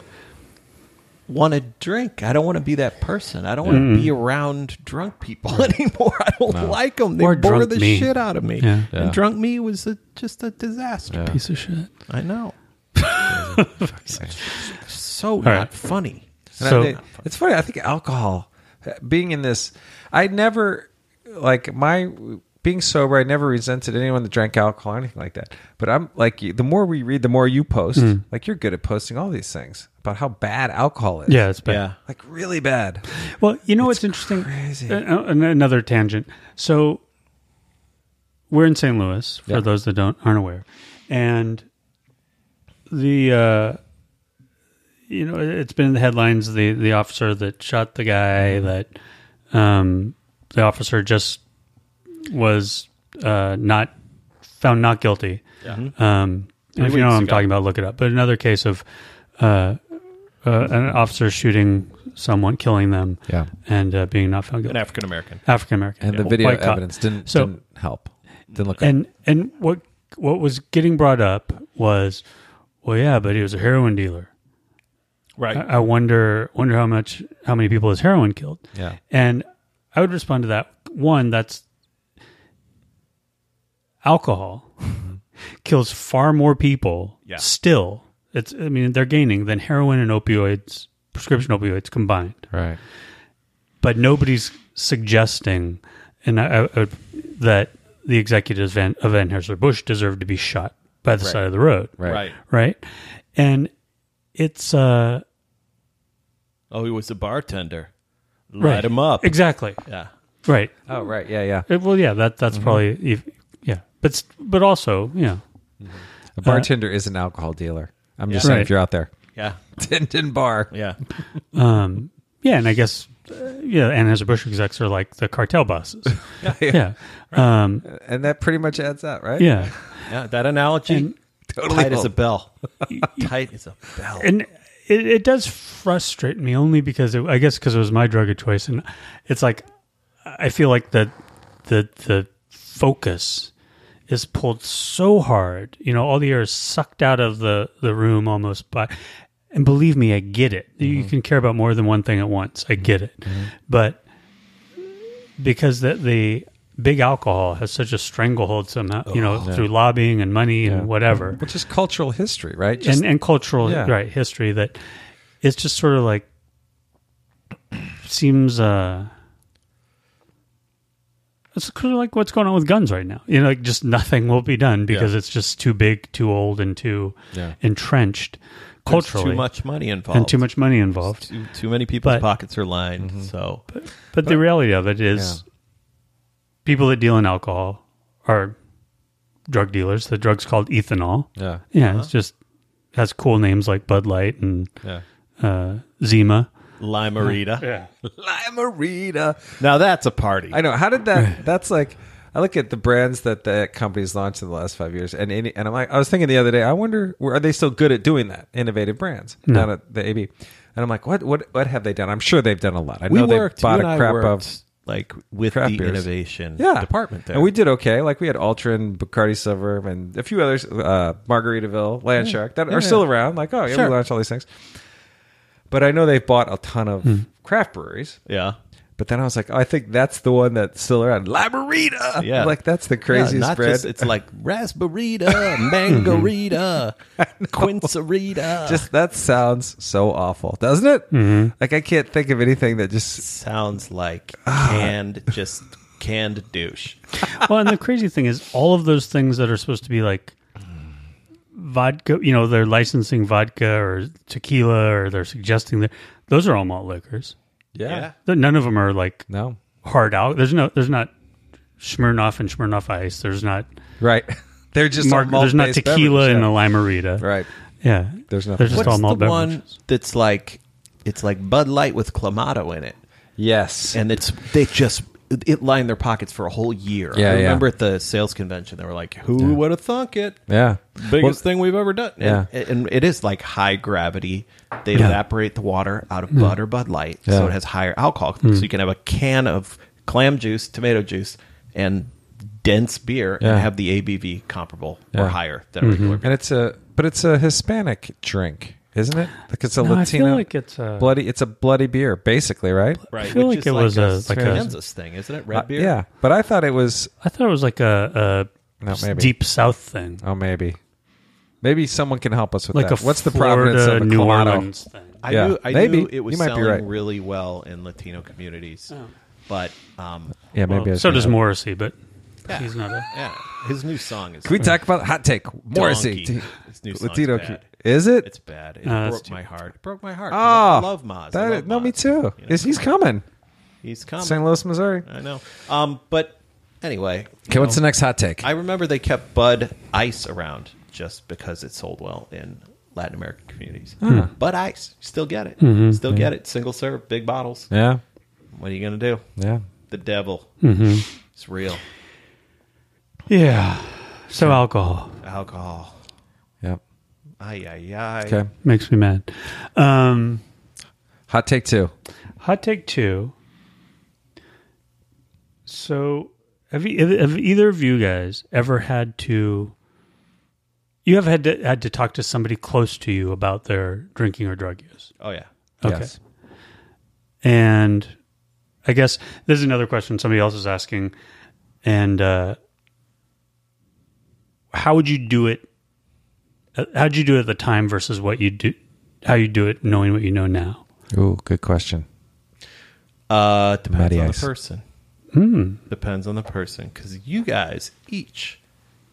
S1: want to drink. I don't want to be that person. I don't want
S5: Mm-hmm.
S1: to be around drunk people anymore. I don't 'em. like them. They
S5: Or
S1: bore
S5: drunk
S1: the
S5: me.
S1: shit out of me.
S5: Yeah.
S3: Yeah.
S1: And drunk me was a, just a disaster.
S5: piece of shit.
S1: I know. so not
S5: right.
S1: funny.
S3: And I
S5: So-
S3: think- it's funny. I think alcohol, uh, being in this, I never like my being sober. I never resented anyone that drank alcohol or anything like that. But I'm like, you- the more we read, the more you post.
S5: Hmm.
S3: Like you're good at posting all these things about how bad alcohol is.
S5: Yeah, it's bad.
S1: Yeah.
S3: like really bad.
S5: Well, you know what's interesting?
S3: crazy.
S5: Uh, an- another tangent. So we're in St. Louis for
S3: Yeah.
S5: those that don't aren't aware, and the uh, you know it's been in the headlines the the officer that shot the guy
S3: Mm-hmm.
S5: that um, the officer just was uh, not found not guilty.
S3: Mm-hmm.
S5: Um, and if you know what I'm talking about, look it up. But another case of uh, uh, an officer shooting someone, killing them,
S3: Yeah.
S5: and uh, being not found guilty.
S1: An African American.
S5: African American,
S3: And the
S5: Yeah.
S3: video
S5: White cop.
S3: evidence didn't
S5: So-
S3: didn't help. Didn't look.
S5: And and what what was getting brought up was, well, yeah, but he was a heroin dealer.
S1: Right.
S5: I I wonder wonder how much how many people his heroin killed.
S3: Yeah.
S5: And I would respond to that one that's alcohol kills far more people
S1: Mm-hmm. Yeah.
S5: still. It's I mean they're gaining than heroin and opioids, prescription opioids combined
S3: Right.
S5: but nobody's suggesting, and I, I, I, that the executives van, of Van Heuser Bush deserve to be shot by the side of the road,
S3: Right.
S1: Right.
S5: right? And it's uh,
S1: Oh, he was a bartender. Light
S5: right.
S1: him up.
S5: exactly
S1: Yeah.
S5: right.
S3: Oh, right. Yeah, yeah.
S5: Uh, well, yeah, that that's probably ev- yeah, but s- but also yeah,
S3: A bartender is an alcohol dealer. I'm just
S5: Yeah.
S3: saying
S5: Right.
S3: if you're out there.
S1: Yeah.
S3: Tin Tin Bar.
S1: Yeah.
S5: um, yeah, and I guess uh, yeah, Van Heuser Bush execs are like the cartel bosses, yeah, um,
S3: And that pretty much adds up, right?
S5: yeah.
S1: Yeah. That analogy.
S5: And-
S3: Totally
S1: Tight as
S3: cool.
S1: a bell. Tight as a bell.
S5: and it, it does frustrate me only because it, I guess because it was my drug of choice, and it's like I feel like the the the focus is pulled so hard, you know, all the air is sucked out of the the room almost by. And believe me, I get it. You can care about more than one thing at once. I get it, but because the, the big alcohol has such a stranglehold somehow, you know, through lobbying and money and whatever
S3: Which is cultural history, right? Just
S5: and and cultural
S3: Yeah.
S5: right history that it's just sort of like seems uh it's kind of like what's going on with guns right now you know like just nothing will be done because it's just too big too old and too
S3: Yeah.
S5: entrenched
S1: There's
S5: culturally
S1: Too much money involved.
S5: and too much money involved
S1: Too, too many people's
S5: But-
S1: pockets are lined. So,
S5: but, the reality of it is people that deal in alcohol are drug dealers the drug's called ethanol
S3: yeah.
S5: yeah it's just has cool names like bud light and
S3: Yeah.
S5: uh, Zima.
S1: Limerita.
S5: Yeah.
S3: Limerita.
S1: Now that's a party.
S3: I know. How did that? That's like I look at the brands that the companies launched in the last five years, and any, and I'm like, I was thinking the other day, I wonder, are they still good at doing that? Innovative brands, not at the AB. And I'm like, what what what have they done? I'm sure they've done a lot. I
S1: we
S3: know they
S1: worked. you
S3: bought
S1: and
S3: a
S1: I
S3: crap
S1: worked,
S3: of
S1: like with
S3: crap
S1: the
S3: beers.
S1: innovation
S3: yeah
S1: department there.
S3: and we did okay. Like we had Ultra and Bacardi Silver and a few others, uh, Margaritaville, Land Shark that are still around. Like oh yeah,
S1: Sure.
S3: we launched all these things. But I know they've bought a ton of
S1: Hmm.
S3: craft breweries.
S1: yeah.
S3: But then I was like, oh, I think that's the one that's still around. Labarita.
S1: Yeah.
S3: Like that's the craziest
S1: not
S3: bread.
S1: just- it's like raspberita, mangarita, quincerita.
S3: just that sounds so awful, doesn't it?
S1: Mm-hmm.
S3: Like I can't think of anything that just
S1: sounds like canned, just canned douche.
S5: well, and the crazy thing is, all of those things that are supposed to be like vodka, you know, they're licensing vodka or tequila, or they're suggesting that those are all malt liquors.
S1: Yeah.
S5: Th- None of them are like
S3: No.
S5: hard out. There's no, there's not Smirnoff and Smirnoff Ice. There's not
S3: Right. They're just
S5: Mark.
S3: all
S5: There's not
S3: malt-based
S5: tequila
S3: beverages,
S5: in a
S3: yeah.
S5: Limerita.
S3: Right.
S5: Yeah.
S3: There's nothing.
S5: They're just
S1: What's
S5: all
S1: the
S5: malt
S1: one
S5: beverages.
S1: that's like it's like Bud Light with clamato in it,
S3: Yes.
S1: and it's they just it lined their pockets for a whole year.
S3: Yeah,
S1: I
S3: yeah.
S1: remember at the sales convention they were like, "Who would have thunk it?"
S3: yeah.
S1: Biggest thing we've ever done.
S3: Yeah.
S1: And, and it is like high gravity. They evaporate the water out of Bud or Bud Light. So
S3: Yeah. Mm.
S1: it has higher alcohol. So you can have a can of clam juice, tomato juice, and dense beer
S3: Yeah.
S1: and have the ABV comparable or
S3: Yeah. Mm-hmm.
S1: higher than a regular beer.
S3: And it's a but it's a Hispanic drink, isn't it? Like it's a
S5: No, I
S3: Latino
S5: feel like it's a
S3: bloody it's a bloody beer, basically, right?
S1: Right.
S5: feel like it was a- like a-
S1: Kansas thing, isn't it? Red beer?
S3: Uh, Yeah. But I thought it was
S5: I thought it was like a, a
S3: No, maybe.
S5: deep south thing,
S3: Oh, maybe. Maybe someone can help us with
S5: like
S3: that.
S5: a
S3: What's the
S5: Florida,
S3: provenance of a
S5: New
S3: Clamato?
S5: Orleans thing.
S1: I
S3: Yeah,
S1: knew I
S3: maybe.
S1: knew it was
S3: You might be
S1: selling
S3: right.
S1: really well in Latino communities.
S5: Oh.
S1: But um
S3: Yeah, maybe.
S5: Well,
S3: it's
S5: so does
S3: not.
S5: Morrissey, but
S1: Yeah.
S5: he's not a.
S1: yeah, his new song is
S3: Can we talk about hot take
S1: Hmm.
S3: Morrissey?
S1: Donkey.
S3: T-
S1: This new song's
S3: Latino.
S1: bad.
S3: Is it?
S1: It's bad. It
S5: No, that's
S1: broke
S5: too
S1: my
S5: bad.
S1: heart. It broke my heart.
S3: oh,
S1: I love Maz. I
S3: that-
S1: love
S3: no, me
S1: Maz.
S3: too.
S1: You know,
S3: Is he's coming?
S1: he's coming.
S3: St. Louis, Missouri.
S1: I know. Um, but anyway,
S3: Okay, what's the next hot take?
S1: I remember they kept Bud Ice around just because it sold well in Latin American communities.
S3: Hmm.
S1: Bud Ice, still get it. Still get it. Single serve, big bottles.
S3: Mm-hmm. yeah,
S1: What are you gonna do?
S3: yeah.
S1: The devil.
S3: Mm-hmm.
S1: It's real.
S5: Yeah. So alcohol
S1: Alcohol.
S3: Yep.
S1: Ay ay ay.
S3: Okay.
S5: makes me mad. Um,
S3: Hot take two.
S5: hot take two. e-, So have, you, have either of you guys ever had to You have had to had to talk to somebody close to you about their drinking or drug use.
S1: Oh yeah.
S5: Okay. And I guess this is another question somebody else is asking. And uh, how would you do it? uh, How'd you do it at the time versus what you do? How you do it, knowing what you know now?
S3: Oh, good question.
S1: Uh, depends
S3: Matty
S1: on
S3: Ice.
S1: the person. Depends on the person because you guys each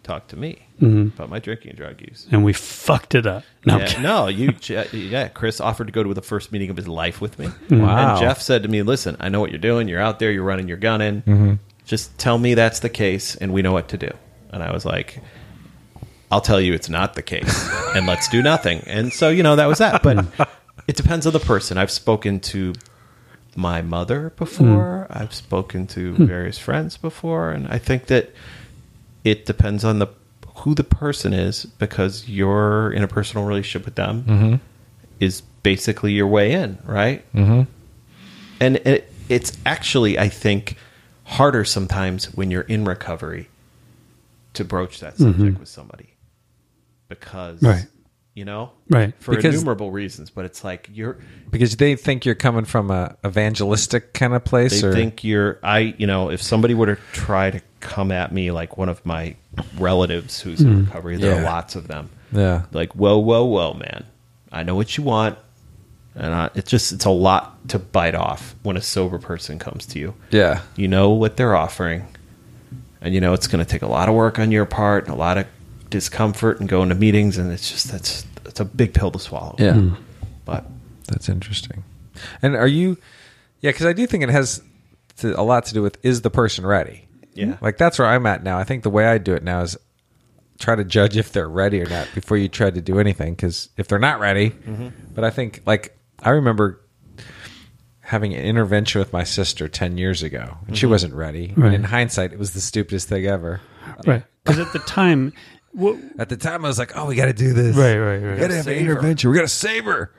S1: talk to me about my drinking and drug use.
S5: And we fucked it up. No, I'm
S1: Yeah,
S5: kidding.
S1: no, you. uh, Yeah, Chris offered to go to the first meeting of his life with me.
S3: Wow.
S1: And Jeff said to me, "Listen, I know what you're doing. You're out there. You're running your gun in.
S5: Mm-hmm.
S1: Just tell me that's the case, and we know what to do." And I was like, "I'll tell you it's not the case, and let's do nothing." And so you know that was that. But it depends on the person. I've spoken to my mother before.
S5: Mm-hmm.
S1: I've spoken to
S5: Hmm.
S1: various friends before, and I think that it depends on the who the person is because your interpersonal relationship with them is basically your way in, right? Mm-hmm. And it, it's actually, I think, harder sometimes when you're in recovery to broach that subject with somebody because,
S5: Right.
S1: you know,
S5: Right.
S1: for
S3: Because-
S1: innumerable reasons. But it's like you're
S3: because they think you're coming from a evangelistic kind of place
S1: they
S3: or
S1: think you're i you know if somebody were to try to come at me like one of my relatives who's in recovery there are
S3: Hmm. Yeah.
S1: lots of them
S3: Yeah.
S1: like whoa whoa whoa man i know what you want and I, it's just it's a lot to bite off when a sober person comes to you
S3: yeah
S1: you know what they're offering and you know it's going to take a lot of work on your part and a lot of discomfort and going to meetings and it's just that's it's a big pill to swallow but
S3: that's interesting and are you yeah because i do think it has to, a lot to do with is the person ready
S1: Yeah.
S3: like that's where i'm at now i think the way i do it now is try to judge if they're ready or not before you try to do anything because if they're not ready
S1: Mm-hmm.
S3: but i think like i remember having an intervention with my sister 10 years ago and
S1: Mm-hmm.
S3: she wasn't ready
S5: Right.
S3: and in hindsight it was the stupidest thing ever
S5: right? Because at the time, what,
S3: At the time, I was like, "Oh, we got to do this.
S5: Right, right, right.
S3: We got to have an
S1: Save her.
S3: intervention. We got to save her."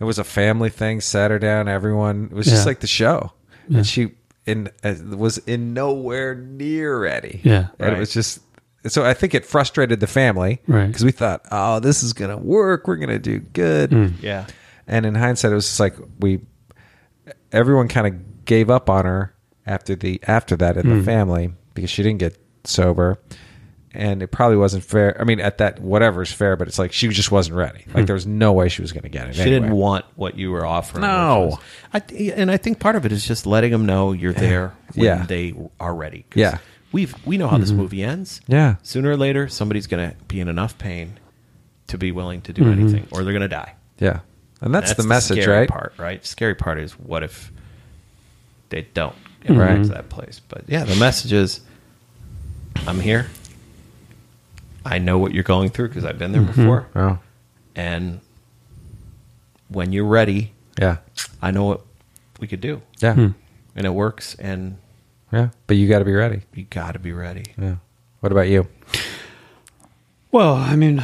S3: It was a family thing. Sat her down. Everyone. It was just
S5: Yeah.
S3: like the show, and she in uh, was in nowhere near ready.
S5: Yeah.
S3: and it was just. So I think it frustrated the family,
S5: Right.
S3: Because we thought, "Oh, this is gonna work. We're gonna do good."
S5: Mm.
S1: yeah
S3: And in hindsight, it was just like we, everyone kind of gave up on her after the after that in the family because she didn't get sober, and it probably wasn't fair. I mean, at that whatever's fair, but it's like she just wasn't ready. Like there was no way she was going to get it.
S1: She
S3: anyway.
S1: didn't want what you were offering.
S3: No.
S1: which was- I th- and I think part of it is just letting them know you're there when
S3: Yeah.
S1: they are ready. 'Cause
S3: Yeah. Mm-hmm.
S1: we've we know how this movie ends.
S3: Yeah.
S1: sooner or later somebody's going to be in enough pain to be willing to do anything, or they're going to die.
S3: Yeah, and Mm-hmm. that's, the, message,
S1: scary
S3: right?
S1: Part right. Scary part is what if they don't
S3: Right.
S1: right to that place? But yeah, the message is, I'm here. I know what you're going through because I've been there before,
S3: Oh,
S1: and when you're ready,
S3: yeah,
S1: I know what we could do,
S3: yeah,
S1: and it works. And
S3: yeah. But you got to be ready.
S1: you got to be ready.
S3: Yeah. What about you?
S5: Well, I mean,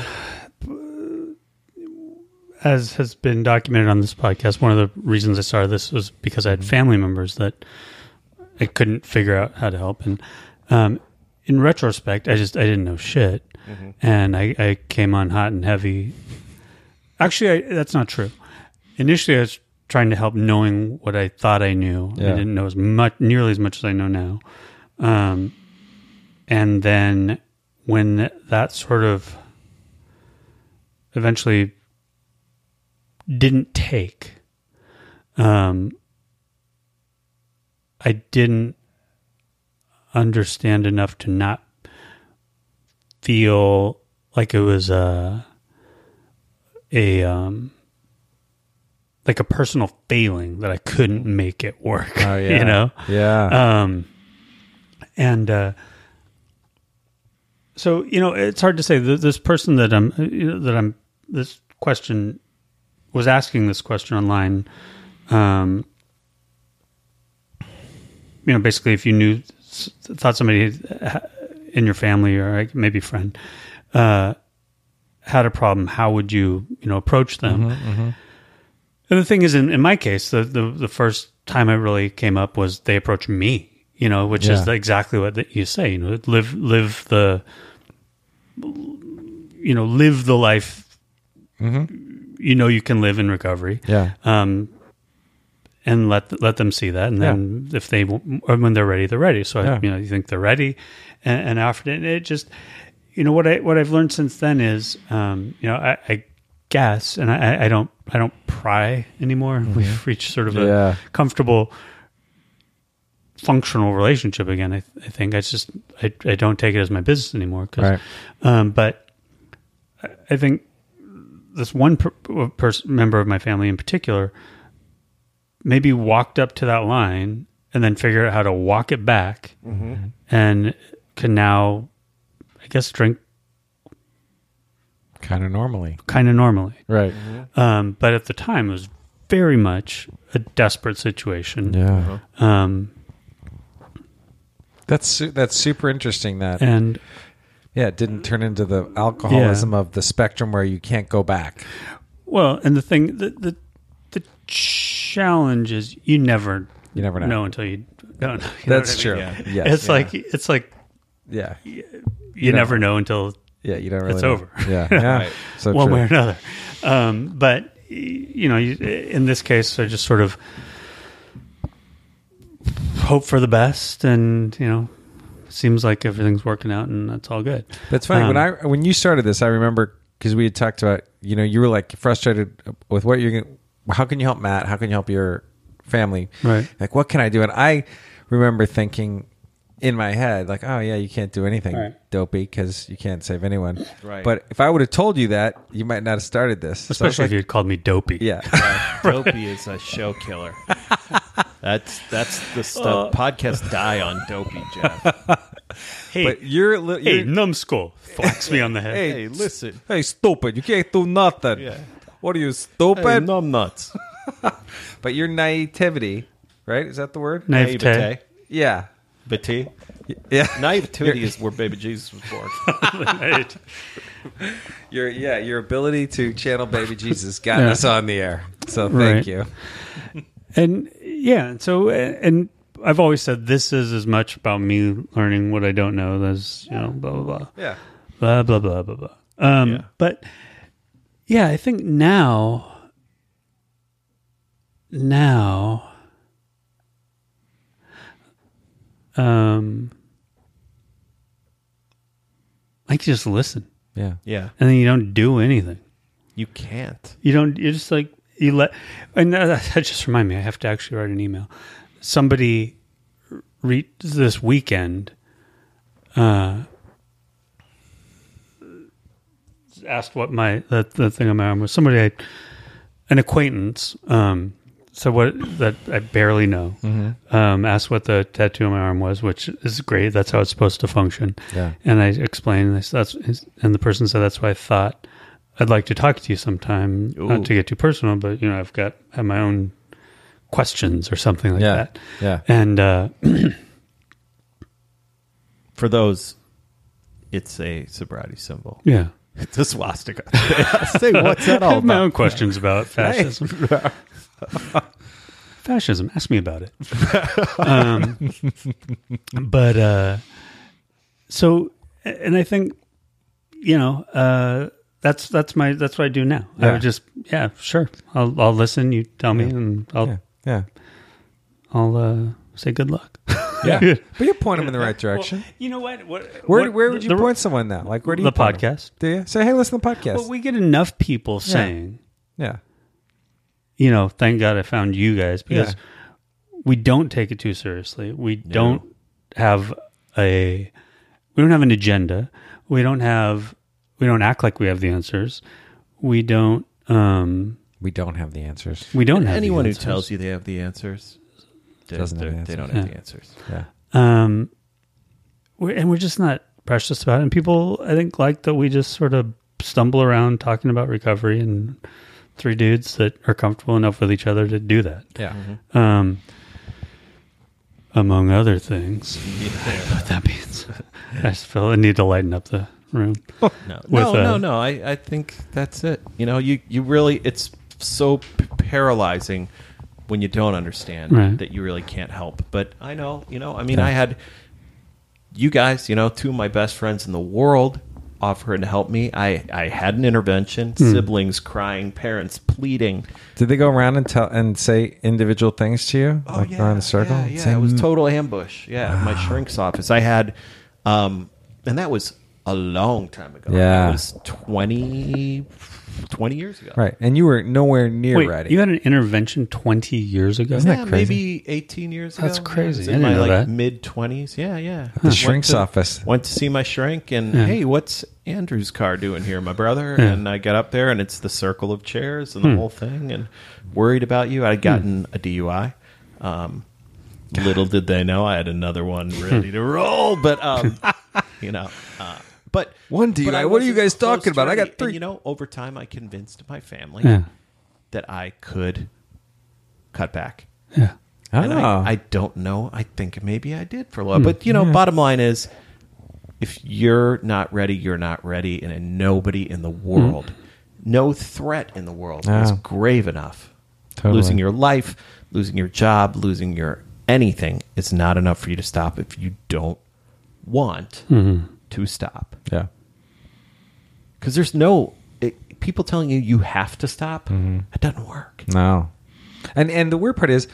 S5: as has been documented on this podcast, one of the reasons I started this was because I had family members that I couldn't figure out how to help. And um, in retrospect, I just I didn't know shit, and I, I came on hot and heavy. Actually, I, that's not true. Initially, I was trying to help, knowing what I thought I knew. I
S3: Yeah.
S5: didn't know as much, nearly as much as I know now. Um, and then when that sort of eventually didn't take um i didn't understand enough to not feel like it was a a um like a personal failing that i couldn't make it work
S3: Oh, yeah.
S5: you know
S3: Yeah,
S5: um, and uh, so you know, it's hard to say. Th- This person that I'm uh, you know, that I'm this question was asking this question online. Um, you know, basically, if you knew s- thought somebody ha- in your family or like, maybe friend uh, had a problem, how would you you know approach them? And the thing is, in, in my case, the, the the first time I really came up was they approached me, you know, which is
S3: Yeah.
S5: exactly what that you say, you know, live live the you know live the life
S3: Mm-hmm.
S5: you know you can live in recovery
S3: Yeah.
S5: um, and let let them see that, and then if they w- or when they're ready, they're ready. So
S3: Yeah.
S5: I, you know, you think they're ready, and, and after and it just, you know, what I what I've learned since then is, um, you know, I, I guess, and I, I don't I don't pry anymore. We've reached sort of a
S3: Mm-hmm. Yeah.
S5: comfortable, functional relationship again. I, I think I just I, I don't take it as my business anymore. 'cause-
S3: Right.
S5: um, but I- I think this one per, uh, pers- member of my family in particular maybe walked up to that line and then figured out how to walk it back and can now, I guess, drink
S3: Kind of normally.
S5: kind of normally.
S3: Right.
S5: Um, but at the time, it was very much a desperate situation.
S3: Yeah.
S5: Um,
S3: That's su- that's super interesting. That
S5: and
S3: yeah, it didn't turn into the alcoholism of the spectrum where you can't go back.
S5: well, and the thing, the, the, the challenge is you never
S3: You never know.
S5: know until you don't. you know
S3: That's
S5: what I mean?
S3: true.
S1: Yeah.
S3: Yes.
S5: it's like it's like
S3: yeah,
S5: you, never know until
S3: yeah. You don't really.
S5: It's
S3: know.
S5: over.
S3: Yeah, yeah.
S1: Right.
S3: So
S5: one
S3: true.
S5: way or another. Um, but y- you know, you, in this case, I just sort of hope for the best, and you know, seems like everything's working out, and that's all good.
S3: That's funny. when
S5: Um,
S3: I when you started this, I remember because we had talked about you know you were like frustrated with what you're. gonna How can you help Matt? How can you help your family?
S5: Right.
S3: Like what can I do? And I remember thinking in my head like, oh yeah, you can't do anything,
S5: Right.
S3: dopey, because you can't save anyone.
S1: Right.
S3: But if I would have told you that, you might not have started this. So I was
S5: especially if
S3: like,
S5: you had called me dopey.
S3: Yeah.
S1: Dopey is a show killer. That's that's the stuff. Podcasts die on Dopey, Jeff.
S5: Hey,
S3: But you're, li-
S5: hey,
S3: you're
S5: numbskull, flax me on the head.
S1: Hey, listen.
S3: Hey, stupid! You can't do nothing.
S1: Yeah.
S3: What are you stupid?
S1: numb nuts.
S3: But your naivety, right? Is that the word?
S5: Naivete.
S1: Naivete.
S3: yeah.
S1: Bati.
S3: Yeah.
S1: Naivety is where baby Jesus was born.
S5: Right.
S3: Your yeah, your ability to channel baby Jesus got
S5: Yeah.
S3: us on the air. So thank
S5: Right.
S3: you.
S5: and yeah and so and i've always said this is as much about me learning what i don't know as you know blah blah blah
S3: Yeah.
S5: blah blah blah blah blah um
S1: Yeah.
S5: but yeah i think now now um i can just listen
S3: Yeah.
S1: Yeah,
S5: and then you don't do anything
S1: you can't.
S5: you don't. You're just like you let. And that, that just remind me. I have to actually write an email. Somebody re- this weekend uh, asked what my that the thing on my arm was. Somebody, I, an acquaintance. Um, so what that I barely know.
S3: Mm-hmm.
S5: Um, asked what the tattoo on my arm was, which is great. That's how it's supposed to function.
S3: Yeah.
S5: And I explained this. That's and the person said that's why I thought I'd like to talk to you sometime.
S1: Ooh.
S5: Not to get too personal, but you know I've got have my own questions or something like
S3: Yeah.
S5: that.
S3: Yeah.
S5: And uh,
S1: For those, it's a sobriety symbol.
S5: yeah,
S1: It's a swastika. Say what's that
S5: I
S1: all
S5: have my own
S1: about?
S5: questions about fascism. fascism. Ask me about it. um, but uh, so, and I think you know uh, that's that's my that's what I do now. I
S3: Yeah.
S5: would just yeah, sure. I'll I'll listen. You tell me, and I'll
S3: Yeah. Yeah.
S5: I'll uh, say good luck.
S3: Yeah. but you point them in the right direction.
S5: you know what? what
S3: where where would you point someone now? Like where do you
S5: the
S3: point 'em?
S5: podcast?
S3: Do you say hey, listen to the podcast?
S5: But we get enough people saying.
S3: yeah.
S5: you know, thank God I found you guys because
S3: Yeah.
S5: we don't take it too seriously. We don't have a we don't have an agenda. We don't have we don't act like we have the answers. We don't um
S3: We don't have the answers.
S5: we don't have the
S1: Anyone who
S5: answers.
S1: tells you they have the answers, they,
S3: Doesn't have
S1: they're-
S3: the
S1: they don't
S3: answers.
S1: have the answers.
S3: Yeah.
S5: um we're, and we're just not precious about it. And people I think like that we just sort of stumble around talking about recovery and three dudes that are comfortable enough with each other to do that.
S3: Yeah.
S1: Mm-hmm.
S5: um, among other things. what that means. I just feel I need to lighten up the room.
S3: Oh,
S1: No,
S5: With,
S1: no,
S5: uh,
S1: no, no. I, I think that's it. You know, you, you really, it's so p- paralyzing when you don't understand
S5: Right.
S1: that you really can't help. But I know, you know, I mean, I had you guys, you know, two of my best friends in the world offering to help me. I, I had an intervention,
S5: Hmm.
S1: siblings crying, parents pleading.
S3: Did they go around and tell and say individual things to you,
S1: Oh,
S3: like around the circle?
S1: Yeah, yeah.
S3: Say,
S1: it was total ambush. Yeah, my shrink's office. I had, um, and that was a long time ago.
S3: Yeah.
S1: That was 20, 20 years ago.
S3: right, and you were nowhere near
S5: Wait,
S3: ready.
S5: you had an intervention 20 years ago?
S3: Isn't that
S1: Yeah,
S3: crazy?
S1: maybe 18 years ago.
S5: That's crazy.
S1: Yeah, it was in
S5: I didn't
S1: my
S5: know
S1: like
S5: that.
S1: mid 20s. Yeah, yeah.
S3: the
S1: Went
S3: shrink's
S1: to-
S3: office.
S1: Went to see my shrink and, hey, what's Andrew's car doing here, my brother? And I got up there and it's the circle of chairs
S3: Hmm.
S1: and the whole thing and worried about you. I'd gotten a DUI. Um, little did they know I had another one ready to roll, but, um, you know. Uh, but
S3: One DUI?
S1: but I
S3: What are you
S1: wasn't
S3: guys talking
S1: close
S3: about? I
S1: to
S3: got
S1: any- and,
S3: three.
S1: you know, over time, I convinced my family
S5: Yeah.
S1: that I could cut back.
S5: Yeah.
S1: And
S3: Ah.
S1: I, I don't know. I think maybe I did for a
S3: Hmm.
S1: while. But, you know, bottom line is if you're not ready, you're not ready. And nobody in
S3: Hmm.
S1: the world, no threat in the world is
S3: Ah.
S1: grave enough.
S3: Totally.
S1: Losing your life, losing your job, losing your anything is not enough for you to stop if you don't want
S3: Mm-hmm.
S1: to stop
S3: yeah,
S1: because there's no it, people telling you you have to stop.
S3: Mm-hmm.
S1: It doesn't work.
S3: no, and and the weird part is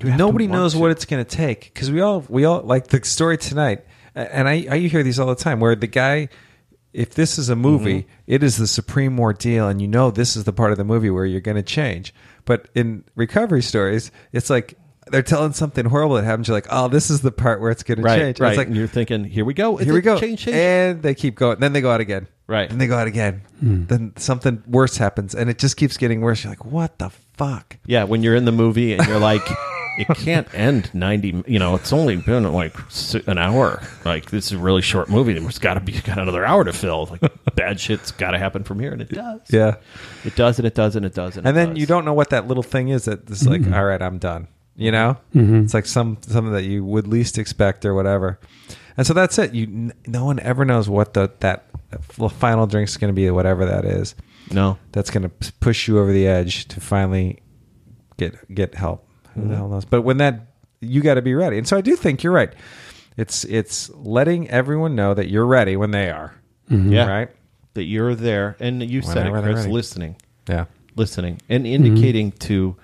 S1: have to
S3: nobody
S1: want
S3: knows
S1: to.
S3: what it's going to take because we all we all like the story tonight, a- and I, I you hear these all the time where the guy. If this is a movie,
S1: Mm-hmm.
S3: it is the supreme ordeal, and you know this is the part of the movie where you're going to change. But in recovery stories, it's like they're telling something horrible that happens. You're like, oh, this is the part where it's going to change. And It's like
S1: and you're thinking, here we go. It's
S3: here
S1: a
S3: we go.
S1: Change, change.
S3: And they keep going. Then they go out again.
S1: Right.
S3: Then they go out again. Then something worse happens, and it just keeps getting worse. You're like, what the fuck?
S1: yeah, when you're in the movie and you're like, it can't end ninety. You know, it's only been like s- an hour. Like this is a really short movie. There's got to be got another hour to fill. Like bad shit's got to happen from here, and it does.
S3: Yeah.
S1: It does, and it does, and it does, and,
S3: And
S1: it
S3: then
S1: does.
S3: you don't know what that little thing is that is like, all right, I'm done. You know, it's like some something that you would least expect or whatever. And so that's it. You n- no one ever knows what the that final drink's going to be, whatever that is.
S1: No.
S3: that's going to push you over the edge to finally get get help. Who the hell knows? But when that you got to be ready, and so I do think you're right. It's it's letting everyone know that you're ready when they are.
S1: Yeah.
S3: Right.
S1: That you're there, and you said it,
S3: Whenever they're
S1: Chris.
S3: ready.
S1: Listening.
S3: Yeah.
S1: listening and indicating to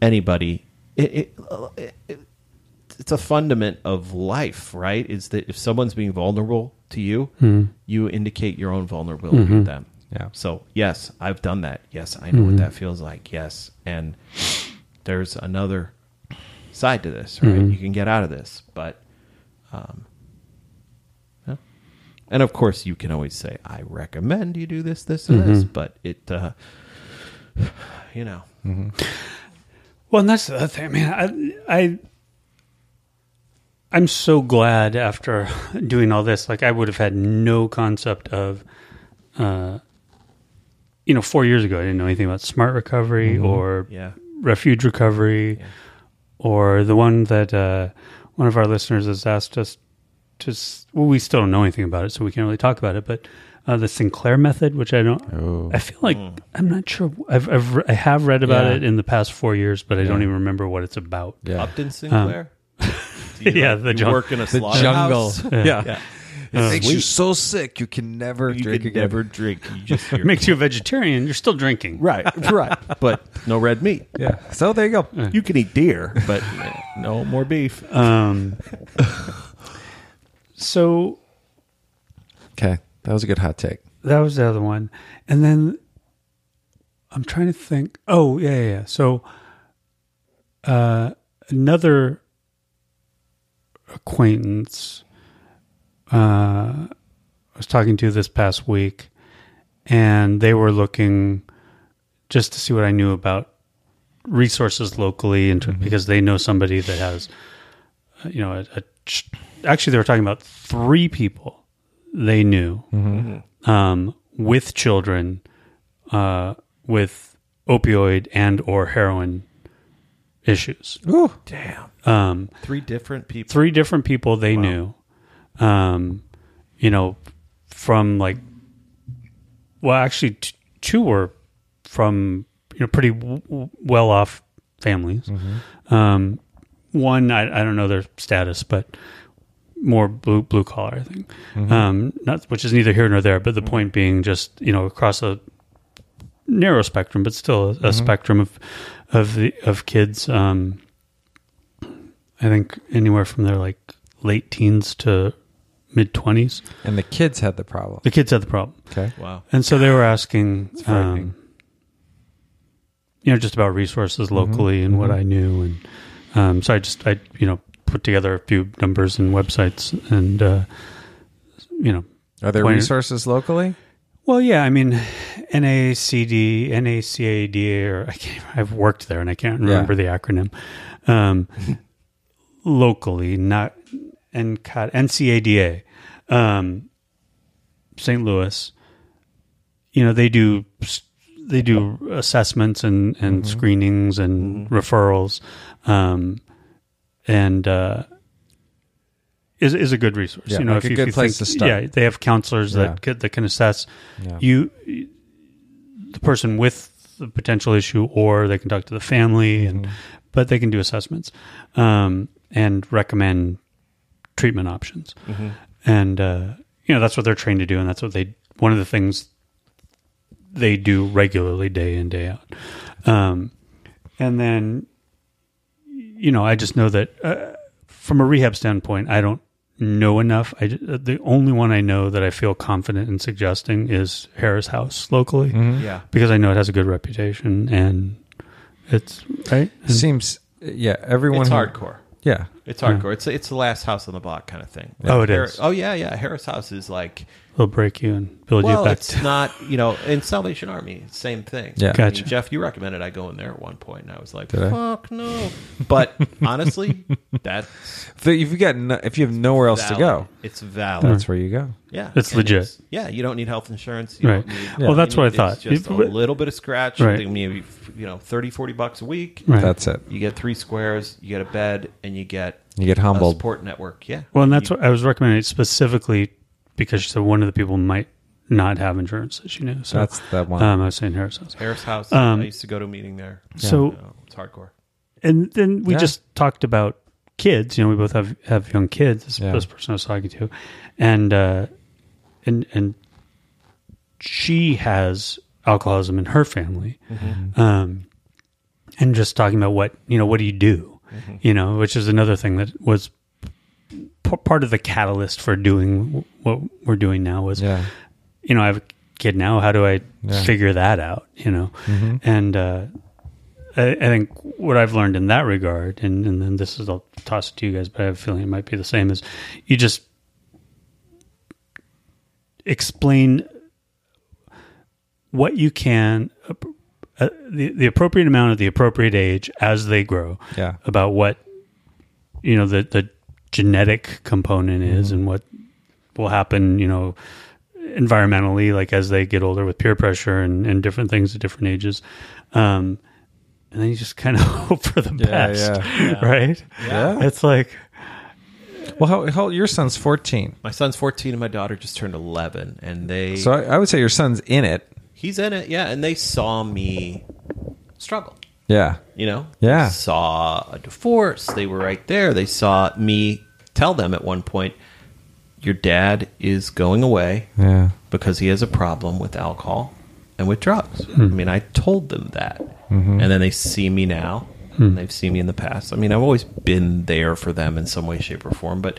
S1: anybody it, it, it, it's a fundament of life right is that if someone's being vulnerable to you you indicate your own vulnerability to them
S3: Yeah.
S1: so yes i've done that yes i know what that feels like yes and there's another side to this right you can get out of this but um yeah. and of course you can always say i recommend you do this this and this but it uh you know
S5: Well, and that's the other thing, man. I, I, I'm so glad after doing all this. Like, I would have had no concept of, uh, you know, four years ago, I didn't know anything about smart recovery
S3: Mm-hmm.
S5: or
S1: Yeah.
S5: refuge recovery, or the one that uh, one of our listeners has asked us to. s- Well, we still don't know anything about it, so we can't really talk about it. But uh, the Sinclair method, which I don't, I feel like I'm not sure. I've, I've re- I have read about
S3: Yeah.
S5: it in the past four years, but I don't even remember what it's about.
S3: Yeah.
S1: Upton Sinclair. Do
S5: Yeah, the
S1: you
S5: jung-
S1: work in a
S3: The jungle.
S1: slaughterhouse?
S5: Uh,
S3: Yeah.
S1: Yeah.
S3: It makes you so sick you can never
S1: You
S3: drink
S1: could
S3: again.
S1: never drink. You just
S5: It makes you a vegetarian. You're still drinking.
S1: right, right. But no red meat.
S3: Yeah. So there you go.
S1: You can eat deer, but no more beef.
S5: Um, so
S3: Okay. That was a good hot take.
S5: that was the other one, and then I'm trying to think. Oh yeah, yeah. yeah. So uh, another acquaintance uh, I was talking to this past week, and they were looking just to see what I knew about resources locally, and to- because they know somebody that has, uh, you know, a, a ch- actually they were talking about three people they knew um, with children uh, with opioid and or heroin issues.
S3: Ooh.
S1: Damn.
S5: Um,
S1: Three different people.
S5: three different people they knew um you know from like well actually t- two were from you know pretty w- w- well off families um one I, I don't know their status but more blue blue collar. I think, um, not which is neither here nor there. But the point being, just you know, across a narrow spectrum, but still a, a spectrum of of the of kids. Um, I think anywhere from their like late teens to mid twenties.
S3: And the kids had the problem.
S5: The kids had the problem.
S3: Okay.
S1: Wow.
S5: And so they were asking,
S3: frightening.
S5: um, you know, just about resources locally and what I knew, and um, so I just I you know put together a few numbers and websites, and uh, you know,
S3: Are there
S5: Point-
S3: resources locally?
S5: well, yeah, I mean, NACD, NACADA, or I can't. I've worked there and I can't remember the acronym. Um, locally, not NCAD, NCADA, um, St. Louis. You know, they do s- they do assessments and and
S3: Mm-hmm.
S5: screenings and referrals, um, and. Uh, is, is a good resource,
S3: Yeah,
S5: you know.
S3: like
S5: if
S3: a
S5: you,
S3: good
S5: if you
S3: place
S5: think-
S3: to start.
S5: Yeah, they have counselors
S3: Yeah.
S5: that could, that can assess
S3: Yeah.
S5: you the person with the potential issue or they can talk to the family and
S3: Mm-hmm.
S5: but they can do assessments um, and recommend treatment options
S3: Mm-hmm.
S5: and uh, you know that's what they're trained to do and that's what they one of the things they do regularly day in day out um, and then you know i just know that uh, from a rehab standpoint i don't know enough i uh, the only one i know that i feel confident in suggesting is harris house locally
S3: Mm-hmm.
S1: Yeah.
S5: because I know it has a good reputation and it's right.
S3: Seems yeah, everyone
S1: It's
S3: who-
S1: hardcore.
S3: Yeah.
S1: It's hardcore. It's it's the last house on the block kind of thing.
S5: Oh, it
S1: Har-
S5: is.
S1: Oh yeah, yeah. Harris House is like
S5: They'll break you and build
S1: well,
S5: you back.
S1: it's not you know in Salvation Army, same thing. I
S3: Yeah.
S1: mean,
S5: Gotcha.
S1: Jeff, you recommended I go in there at one point, and I was like,
S3: I?
S1: fuck no. But honestly, that's
S3: If you've got no, if you have nowhere else
S1: valid.
S3: to go,
S1: It's valid.
S3: that's where you go.
S1: Yeah,
S5: Hmm. It's
S1: and
S5: legit.
S1: yeah, you don't need health insurance. You
S5: Right.
S1: Don't need,
S5: Well, that's what I
S1: it's
S5: thought.
S1: Just a
S5: You-
S1: little bit of scratch,
S5: Right.
S1: right. maybe you know 30, 40 bucks a week.
S5: Right.
S3: That's it.
S1: You get three squares, you get a bed, and you get
S3: You get
S1: a
S3: humbled.
S1: support network. Yeah.
S5: Well, and that's what I was recommending it specifically because she said one of the people might not have insurance that she knew. So
S3: That's that one.
S5: Um, I was saying Harris House.
S1: Harris House.
S5: um,
S1: I used to go to a meeting there.
S5: So
S1: No, it's hardcore.
S5: and then we
S3: Yeah.
S5: just talked about kids. You know, we both have have young kids. This,
S3: Yeah.
S5: this person I was talking to, and uh, and and she has alcoholism in her family,
S3: Mm-hmm.
S5: um, and just talking about what you know. What do you do?
S3: Mm-hmm.
S5: You know, which is another thing that was p- part of the catalyst for doing what we're doing now was
S3: Yeah.
S5: you know, I have a kid now. How do I figure that out? You know, and uh, I, I think what I've learned in that regard, and, and then this is I'll toss it to you guys, but I have a feeling it might be the same. Is you just explain what you can, uh, uh, the the appropriate amount at the appropriate age as they grow,
S3: Yeah.
S5: about what you know the the genetic component is and what will happen. You know environmentally, like as they get older with peer pressure and, and different things at different ages. Um, and then you just kind of hope for the best,
S3: yeah,
S5: right?
S3: Yeah.
S5: It's like,
S3: Well, how, how your son's 14.
S1: My son's 14 and my daughter just turned 11 and they
S3: So I, I would say your son's in it.
S1: he's in it. Yeah, and they saw me struggle,
S3: Yeah.
S1: you know.
S3: Yeah.
S1: They saw a divorce. They were right there. They saw me tell them at one point your dad is going away
S3: Yeah.
S1: because he has a problem with alcohol and with drugs.
S3: Hmm.
S1: I mean, I told them that.
S3: Mm-hmm.
S1: And then they see me now.
S3: Hmm.
S1: And they've seen me in the past. I mean, I've always been there for them in some way, shape, or form, but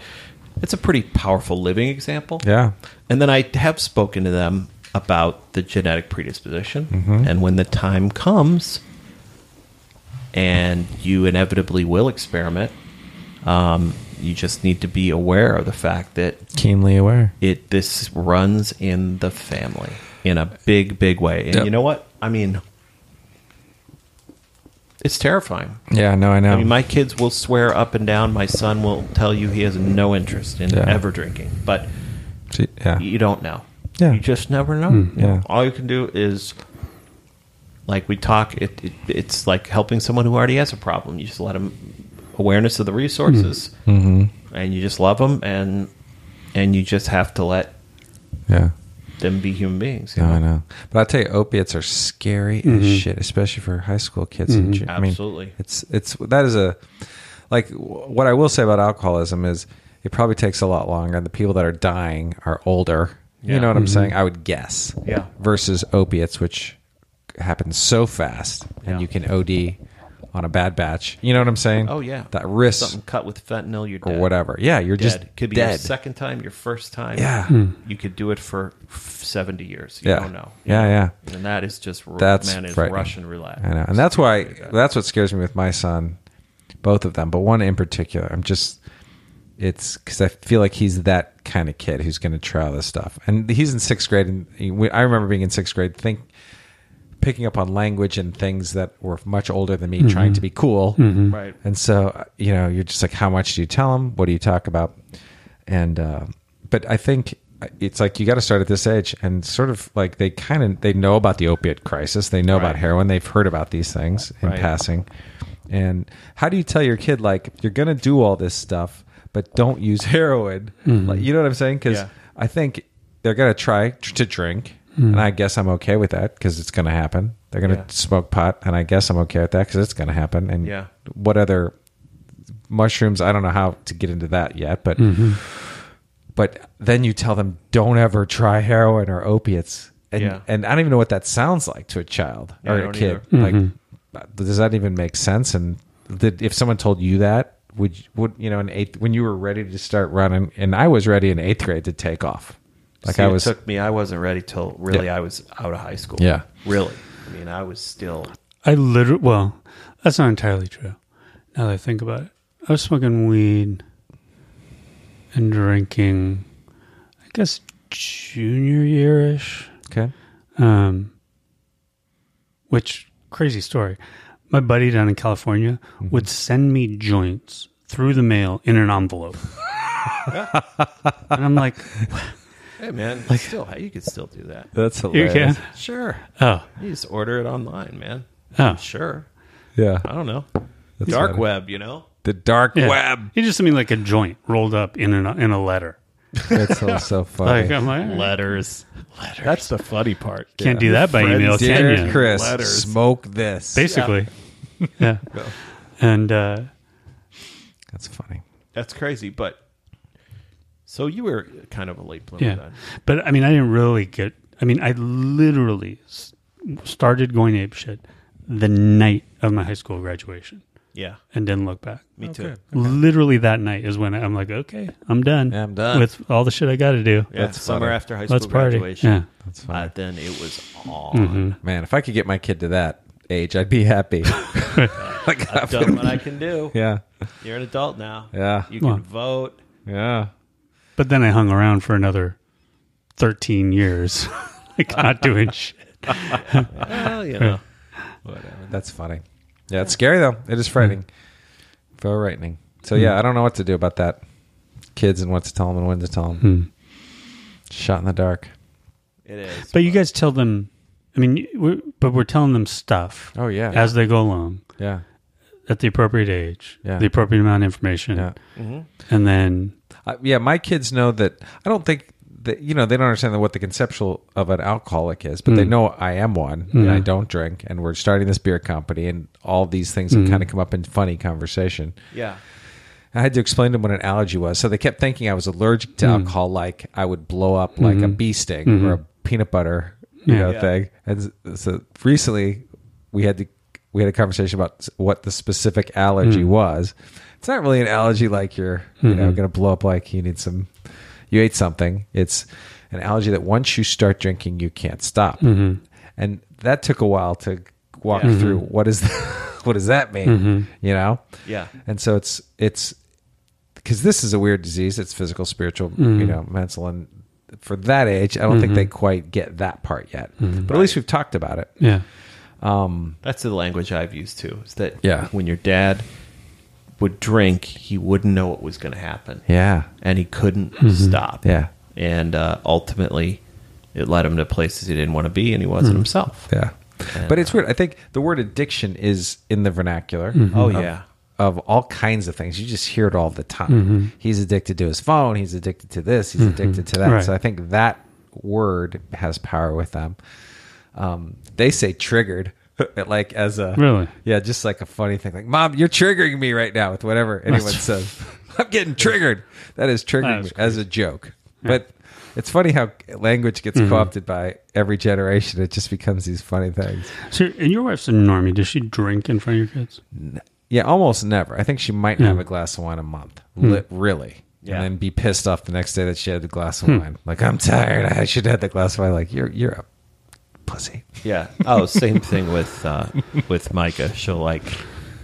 S1: it's a pretty powerful living example.
S3: Yeah.
S1: And then I have spoken to them about the genetic predisposition.
S3: Mm-hmm.
S1: And when the time comes, and you inevitably will experiment, um, you just need to be aware of the fact that
S3: Keenly aware.
S1: it this runs in the family in a big big way and
S3: Yep.
S1: you know what i mean it's terrifying
S3: Yeah, no, I know.
S1: i mean my kids will swear up and down my son will tell you he has no interest in
S3: Yeah.
S1: ever drinking but
S3: See, yeah.
S1: you don't know
S3: Yeah. Hmm.
S1: you just never know You know,
S3: yeah.
S1: all you can do is like we talk it, it it's like helping someone who already has a problem you just let them awareness of the resources
S3: Mm-hmm. Hmm.
S1: and you just love them and and you just have to let
S3: Yeah.
S1: them be human beings. you
S3: No, I
S1: know?
S3: know. But I'll tell you, opiates are scary as shit, especially for high school kids. and ju- I mean,
S1: Absolutely.
S3: it's it's that is a like w- what I will say about alcoholism is it probably takes a lot longer. And the people that are dying are older. You know what I'm saying? I would guess.
S1: Mm-hmm. Yeah.
S3: Versus opiates, which happens so fast, and
S1: Yeah.
S3: you can OD on a bad batch. You know what I'm saying?
S1: Oh yeah,
S3: That risk
S1: something cut with fentanyl, you're
S3: or
S1: dead.
S3: whatever. Yeah, you're
S1: Dead.
S3: just
S1: could be your
S3: dead.
S1: second time, your first time.
S3: Yeah. Hmm.
S1: you could do it for seventy years. You
S3: Yeah.
S1: don't know.
S3: Yeah, yeah.
S1: And that is just ru-
S3: That's
S1: man is
S3: frightening.
S1: Russian roulette.
S3: I know, and that's why that's what scares me with my son, both of them, but one in particular. I'm just it's because I feel like he's that kind of kid who's going to try all this stuff, and he's in sixth grade, and he- we, I remember being in sixth grade, think picking up on language and things that were much older than me, trying to be cool,
S1: Right.
S3: and so you know, you're just like, how much do you tell them? What do you talk about? And uh, but I think it's like you got to start at this age, and sort of like they kind of they know about the opiate crisis, they know about
S1: Right.
S3: heroin, they've heard about these things in
S1: Right.
S3: passing. And how do you tell your kid like you're gonna do all this stuff, but don't use heroin? Like you know what I'm saying? Because
S1: Yeah.
S3: I think they're gonna try tr- to drink, and I guess I'm okay with that because it's gonna happen. They're gonna
S1: Yeah.
S3: smoke pot, and I guess I'm okay with that because it's gonna happen. And
S1: Yeah.
S3: what other mushrooms? I don't know how to get into that yet, but
S5: Mm-hmm.
S3: but then you tell them don't ever try heroin or opiates, and
S1: Yeah.
S3: and I don't even know what that sounds like to a child
S1: Yeah,
S3: or
S1: I
S3: a
S1: don't
S3: kid.
S5: Mm-hmm.
S3: Like, uh, does that even make sense? And did, if someone told you that, would you- would you know in eighth when you were ready to start running, and I was ready in eighth grade to take off, like
S1: See,
S3: I was.
S1: It took me. I wasn't ready till really.
S3: Yeah.
S1: I was out of high school.
S3: Yeah.
S1: Really. I mean, I was still.
S5: I literally, well, that's not entirely true. Now that I think about it, I was smoking weed and drinking, I guess, junior year ish.
S3: okay.
S5: Um, which crazy story. My buddy down in California would send me joints through the mail in an envelope. and I'm like,
S1: Hey man, still you could still do that.
S3: That's
S5: you can.
S1: Sure.
S5: Oh,
S1: You just order it online, man.
S5: oh.
S1: Sure.
S3: Yeah.
S1: I don't know. Dark
S3: funny.
S1: web, you know.
S3: The dark
S5: Yeah.
S3: web.
S5: He just sent me like a joint rolled up in an, in a letter.
S3: That's so, so funny.
S5: Like, I'm like, all right,
S1: Letters. Letters. That's the funny part.
S5: can't do that by email,
S3: Dear
S5: can you?
S3: Chris,
S1: Letters.
S3: smoke this.
S5: Basically. Yeah. And uh,
S3: That's funny.
S1: That's crazy, but so you were kind of a late bloomer
S3: uh,
S5: yeah.
S1: then.
S5: But I mean, I didn't really get, I mean, I literally s- started going apeshit the night of my high school graduation.
S1: Yeah.
S5: and didn't look back.
S1: Me
S3: Oh,
S1: too.
S5: Literally that night is when I'm like, okay, I'm done.
S3: Yeah, I'm done.
S5: with all the shit I got to do.
S1: Yeah.
S3: That's
S1: summer
S3: funny.
S1: after high school
S5: Let's party.
S1: graduation.
S5: Yeah.
S1: That's fine. then it was
S3: Mm-hmm.
S1: on.
S3: Man, if I could get my kid to that age, I'd be happy. Like, I
S1: I've done what I can do.
S3: yeah.
S1: You're an adult now.
S3: Yeah.
S1: You can
S5: Well.
S1: vote.
S3: Yeah.
S5: But then I hung around for another 13 years, like not doing shit.
S1: Well, you know.
S3: That's funny. Yeah, it's scary though. It is frightening. Very frightening. So yeah, I don't know what to do about that. Kids and what to tell them and when to tell them. Shot in the dark.
S1: It is.
S5: But you guys tell them. I mean, we're, but we're telling them stuff.
S3: Oh, yeah.
S5: As they go along,
S3: Yeah.
S5: at the appropriate age,
S3: Yeah.
S5: the appropriate amount of information,
S3: Yeah. Mm-hmm.
S5: and then
S3: I, yeah, my kids know that. I don't think that you know they don't understand what the conceptual of an alcoholic is, but they know I am one and I don't drink, and we're starting this beer company, and all these things have kind of come up in funny conversation.
S1: yeah.
S3: I had to explain to them what an allergy was, so they kept thinking I was allergic to alcohol, like I would blow up like a bee sting or a peanut butter you
S5: Yeah.
S3: know
S1: Yeah.
S3: thing. And s- so recently we had to we had a conversation about s- what the specific allergy was. It's not really an allergy like you're you know going to blow up like you need some you ate something. It's an allergy that once you start drinking you can't stop. And that took a while to walk
S1: Yeah.
S3: through what is what does that mean? You know?
S1: Yeah.
S3: And so it's it's because this is a weird disease. It's physical, spiritual,
S5: Mm-hmm.
S3: you know, mental, and for that age, I don't think they quite get that part yet.
S5: Mm-hmm.
S3: But at least we've talked about it.
S5: yeah,
S1: That's the language I've used too. Is that
S3: Yeah.
S1: when your dad would drink, he wouldn't know what was going to happen.
S3: Yeah, Mm-hmm.
S1: And he couldn't stop.
S3: Yeah.
S1: And uh, ultimately, it led him to places he didn't want to be and he wasn't himself.
S3: Mm. yeah. But it's weird. I think the word addiction is in the vernacular.
S5: Mm-hmm.
S1: Oh,
S3: of-
S1: yeah.
S3: Of all kinds of things, you just hear it all the time.
S5: Mm-hmm.
S3: He's addicted to his phone. He's addicted to this. He's addicted to that.
S5: Right.
S3: So I think that word has power with them. Um, they say triggered, like as a
S5: Really?
S3: yeah, just like a funny thing. Like, mom, you're triggering me right now with whatever anyone says. I'm getting triggered. That is triggering me
S5: That was
S3: as a joke. But it's funny how language gets co-opted by every generation. It just becomes these funny things.
S5: So, and your wife's a normie. Does she drink in front of your kids?
S3: Yeah, almost never. I think she might have a glass of wine a month, li- really,
S1: Yeah.
S3: and then be pissed off the next day that she had a glass of wine. Like I'm tired. I should have had the glass of wine. Like you're you're a pussy.
S1: Yeah. Oh, same thing with uh, with Micah. She'll like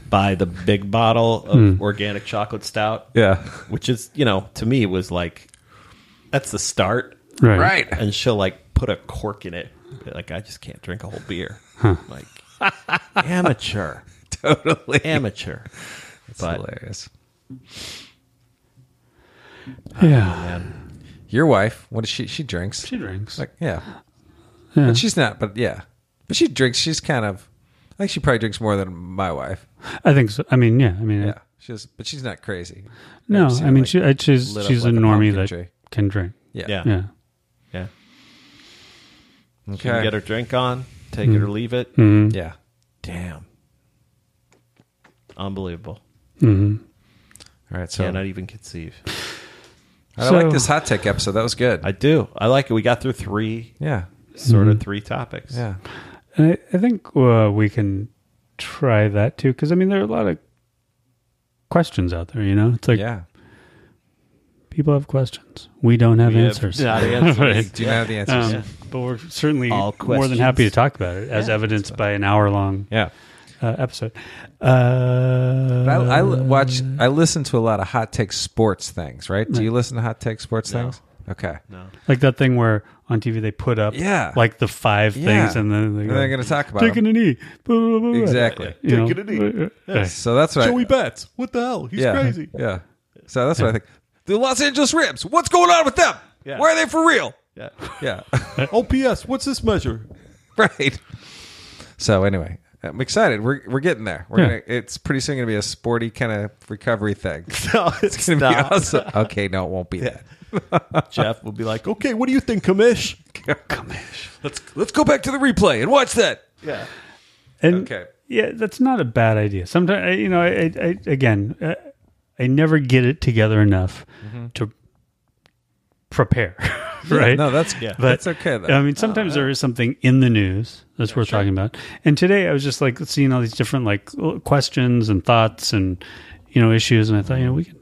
S1: buy the big bottle of organic chocolate stout,
S3: Mm. Yeah.
S1: which is you know to me was like that's the start,
S5: Right.
S1: and she'll like put a cork in it. Be Like I just can't drink a whole beer. Like amateur,
S3: Totally.
S1: amateur.
S3: It's
S1: but-
S3: hilarious.
S5: Yeah.
S3: Your wife, what does she? She drinks.
S5: She drinks.
S3: Like yeah.
S5: Yeah.
S3: But she's not. But yeah. But she drinks. She's kind of. I think she probably drinks more than my wife.
S5: I think so. I mean, yeah. I mean,
S1: Hmm.
S3: Yeah. She's. But she's not crazy.
S5: no.
S3: I've seen
S5: I
S3: her,
S5: mean,
S3: like,
S5: she, I, she's
S3: lit up
S5: she's a
S3: like a
S5: normie
S3: pumpkin
S5: that
S3: tree.
S5: can drink.
S3: Yeah.
S1: Yeah.
S5: Yeah.
S1: Yeah. She
S3: Okay. Mm-hmm.
S1: can get her drink on, take it or leave it.
S3: Yeah.
S1: Damn. Unbelievable.
S3: All right. So
S1: Cannot even conceive.
S3: I like
S5: So-
S3: this hot take episode. That was good.
S1: I do. I like it. We got through three
S3: yeah.
S1: sort of three topics.
S3: Mm-hmm. Yeah.
S5: And I, I think uh, we can try that too, because I mean, there are a lot of questions out there. You know, it's like
S3: Yeah.
S5: people have questions. We don't have
S1: We have
S5: answers.
S1: not answers.
S5: Right.
S3: Do you know the answers?
S5: Um, But we're certainly
S1: All
S5: more than happy
S1: questions.
S5: to talk about it, as evidenced by an hour-long
S3: yeah.
S5: uh, episode. Uh,
S3: But I, I li- watch. I listen to a lot of hot take sports things. Right? Do you listen to hot take sports things? Okay. No.
S5: Like that thing where on TV they put up
S3: Yeah.
S5: like the five
S3: Yeah.
S5: things and then they
S3: And
S5: go,
S3: they're going to talk about
S5: taking
S3: them.
S5: a knee. Blah, blah, blah, blah.
S3: Exactly.
S5: You know,
S1: Taking a knee.
S5: uh, uh,
S3: So that's what I,
S1: Betts. What the hell? He's
S3: yeah, Yeah. So that's what I think. The Los Angeles Rams. What's going on with them?
S1: Yeah.
S3: Why are they for real?
S1: Yeah.
S3: Yeah.
S1: OPS. What's this measure?
S3: right. So anyway, I'm excited. We're we're getting there. We're
S5: Yeah.
S3: gonna. It's pretty soon gonna be a sporty kind of recovery thing. It's
S1: No, it's
S3: gonna
S1: not.
S3: be awesome. Okay, no, it won't be that.
S1: Jeff will be like, okay, what do you think, Kamish?
S3: Let's let's go back to the replay and watch that.
S1: Yeah.
S5: And
S3: Okay.
S5: yeah, that's not a bad idea. Sometimes you know, I, I, I again, uh, I never get it together enough
S3: Mm-hmm.
S5: to prepare, right?
S3: No, that's
S1: Yeah.
S3: But, that's okay though. Oh,
S5: I mean, sometimes there is something in the news that's worth talking about. And today I was just like seeing all these different like l- questions and thoughts and you know issues, and I thought you know we can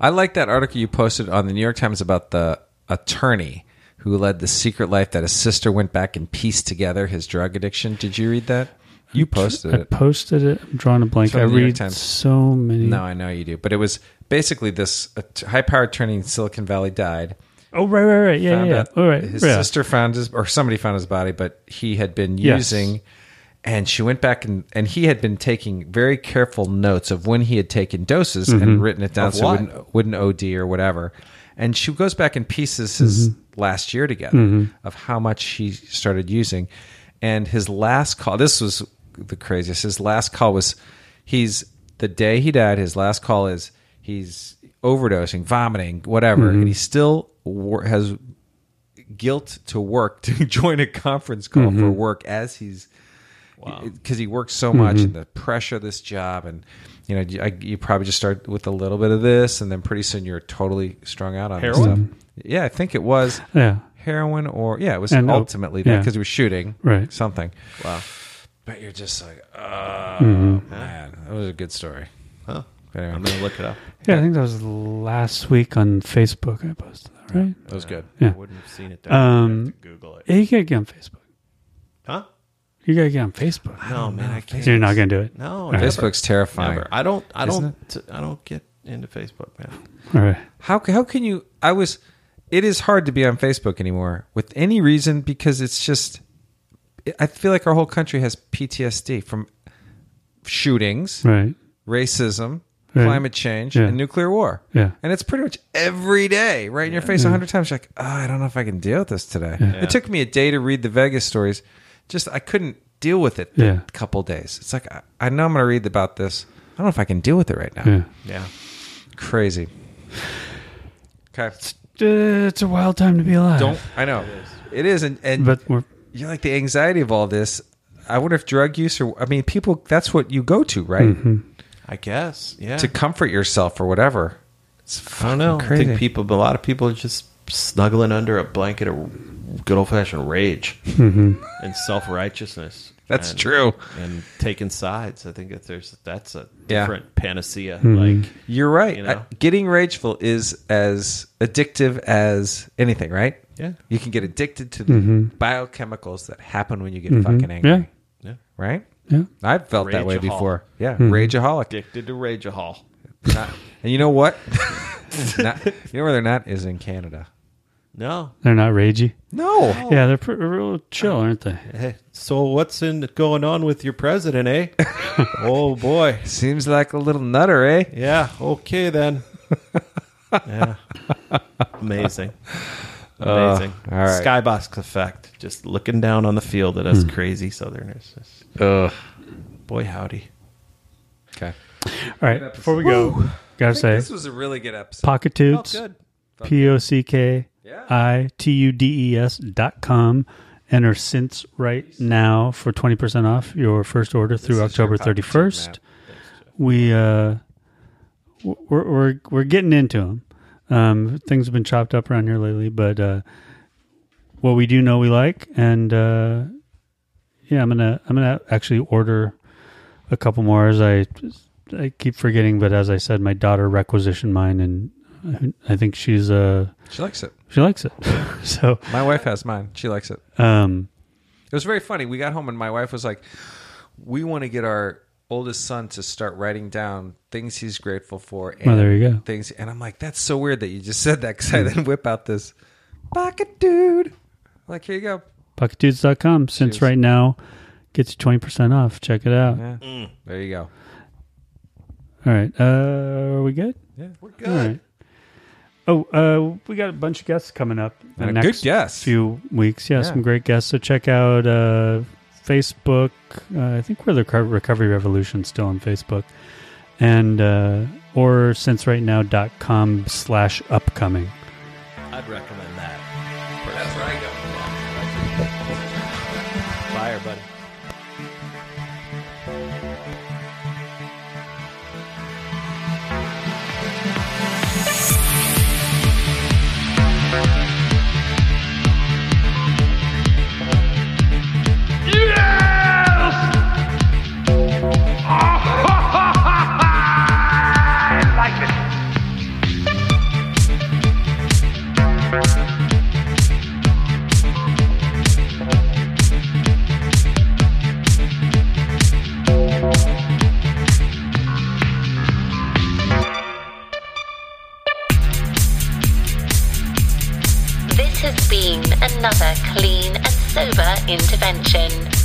S3: I like that article you posted on the New York Times about the attorney who led the secret life that his sister went back and pieced together his drug addiction. Did you read that? You posted
S5: I
S3: it.
S5: posted it. I'm drawing a blank.
S3: from
S5: I
S3: the New York
S5: read
S3: Times.
S5: so many.
S3: No, I know you do. But it was basically this high power attorney in Silicon Valley died.
S5: Oh right, right, right. Yeah,
S3: Found
S5: yeah.
S3: out
S5: yeah. All right.
S3: His
S5: yeah.
S3: sister found his, or somebody found his body, but he had been
S5: Yes.
S3: using, and she went back and, and he had been taking very careful notes of when he had taken doses
S5: Mm-hmm.
S3: and written it down so
S1: what?
S3: it wouldn't, wouldn't OD or whatever. And she goes back and pieces his
S5: Mm-hmm.
S3: last year together of how much he started using. And his last call, this was the craziest. His last call was he's the day he died, his last call is he's overdosing, vomiting, whatever.
S5: Mm-hmm.
S3: And he still wor- has guilt to work to join a conference call
S5: Mm-hmm.
S3: for work as he's because he works so much
S5: Mm-hmm.
S3: and the pressure of this job and you know you, I, you probably just start with a little bit of this and then pretty soon you're totally strung out on this
S1: Heroin?
S3: stuff. Yeah, I think it was
S5: Yeah.
S3: heroin or yeah, it was
S5: And op-
S3: ultimately that
S5: yeah.
S3: because we were shooting
S5: Right.
S3: something. Wow, but you're just like, oh
S5: Mm-hmm.
S3: man, that was a good story.
S1: Huh?
S3: But anyway,
S1: I'm going to look it up.
S5: Yeah, I think that was last week on Facebook. I posted that, right?
S3: that was good.
S5: Yeah.
S1: I wouldn't have seen it there.
S5: Um,
S1: I'd have to Google it.
S5: Yeah, you gotta get on Facebook.
S1: Huh?
S5: You gotta get on Facebook.
S1: No, man, I can't.
S5: So you're not gonna do it.
S1: No,
S5: Alright.
S1: never,
S3: Facebook's terrifying.
S1: never. I don't. I
S3: Isn't
S1: don't. t- I don't get into Facebook, man.
S5: All right.
S3: How how can you? I was. It is hard to be on Facebook anymore with any reason because it's just. I feel like our whole country has PTSD from shootings,
S5: Right.
S3: racism,
S5: Right.
S3: climate change,
S5: Yeah.
S3: and nuclear war.
S5: Yeah.
S3: And it's pretty much every day, right in your face, a hundred times. You're like, oh, I don't know if I can deal with this today. It took me a day to read the Vegas stories. Just I couldn't deal with it. the
S5: Yeah.
S3: couple days. It's like I, I know I'm going to read about this. I don't know if I can deal with it right now.
S5: Yeah.
S1: Yeah.
S3: Crazy. Okay.
S5: Uh, It's a wild time to be alive.
S3: Don't I know it is, and, and
S5: But we're
S3: you're like the anxiety of all this. I wonder if drug use or I mean,
S5: Mm-hmm.
S3: people that's what you go to, right,
S1: I guess. Yeah.
S3: to comfort yourself or whatever.
S1: I don't know. I
S3: crazy.
S1: think people, a lot of people are just snuggling under a blanket of good old fashioned rage and self righteousness.
S3: Mm-hmm. That's true.
S1: And taking sides. I think that there's that's a
S3: Yeah. Mm-hmm.
S1: different panacea. Like
S3: You're right.
S1: You know?
S3: I- getting rageful is as addictive as anything, right?
S1: Yeah.
S3: You can get addicted to the biochemicals that happen when you get fucking angry.
S5: Yeah.
S1: Mm-hmm. yeah. Mm-hmm.
S3: Right?
S5: Yeah.
S3: I've felt that way
S1: Rageaholic.
S3: before. Yeah. Rageaholic.
S1: addicted to rage a hall.
S3: Not- and you know what? Not- you know where they're not is in Canada.
S1: No.
S5: They're not ragey.
S3: No.
S5: Yeah, they're pr- real chill, aren't they?
S1: Hey, so what's in going on with your president, eh? oh boy.
S3: Seems like a little nutter, eh?
S1: Yeah. Okay then. yeah. Amazing. Amazing.
S3: Uh, all right. Hmm.
S1: Skybox effect. Just looking down on the field at us crazy Southerners.
S3: Ugh.
S1: Boy, howdy.
S3: Okay.
S5: All right. Before we go, gotta say,
S3: was a really good episode.
S5: Pocketoots. P O C K I T U D E S dot com. Enter since right now for 20% off your first order through
S3: is your
S5: October
S3: pocket tip
S5: 31st.
S3: map.
S5: We, uh, w- we're, we're, we're getting into them. Um, things have been chopped up around here lately, but, uh, what we do know we like. And, uh, yeah, I'm going to, I'm going to actually order a couple more as I, I keep forgetting, but as I said, my daughter requisitioned mine and I think she's, uh,
S3: She likes it.
S5: she likes it. so,
S3: My wife has mine. She likes it.
S5: um,
S3: It was very funny. We got home and my wife was like, "We want to get our oldest son to start writing down things he's grateful for." And
S5: Well, Oh, there you go.
S3: Things, and I'm like, "That's so weird that you just said that." Because I then whip out this pocket dude. Like, here you go.
S5: bucketdudes.com. Since
S3: Cheers.
S5: right now, gets you 20% off. Check it out.
S3: Yeah. There you go.
S5: All right. Uh, are we good?
S1: We're
S5: All right. Oh, uh, we got a bunch of guests coming up. the
S3: And a
S5: next
S3: good guess.
S5: Few weeks. Yeah,
S3: Yeah.
S5: some great guests. So check out uh, Facebook. Uh, I think we're the Reco- Recovery Revolution still on Facebook. And, uh, or since right now.com slash upcoming.
S1: I'd recommend that.
S3: That's where I go.
S1: Fire, buddy.
S6: Yes! I like it.
S2: This has been another clean and sober intervention.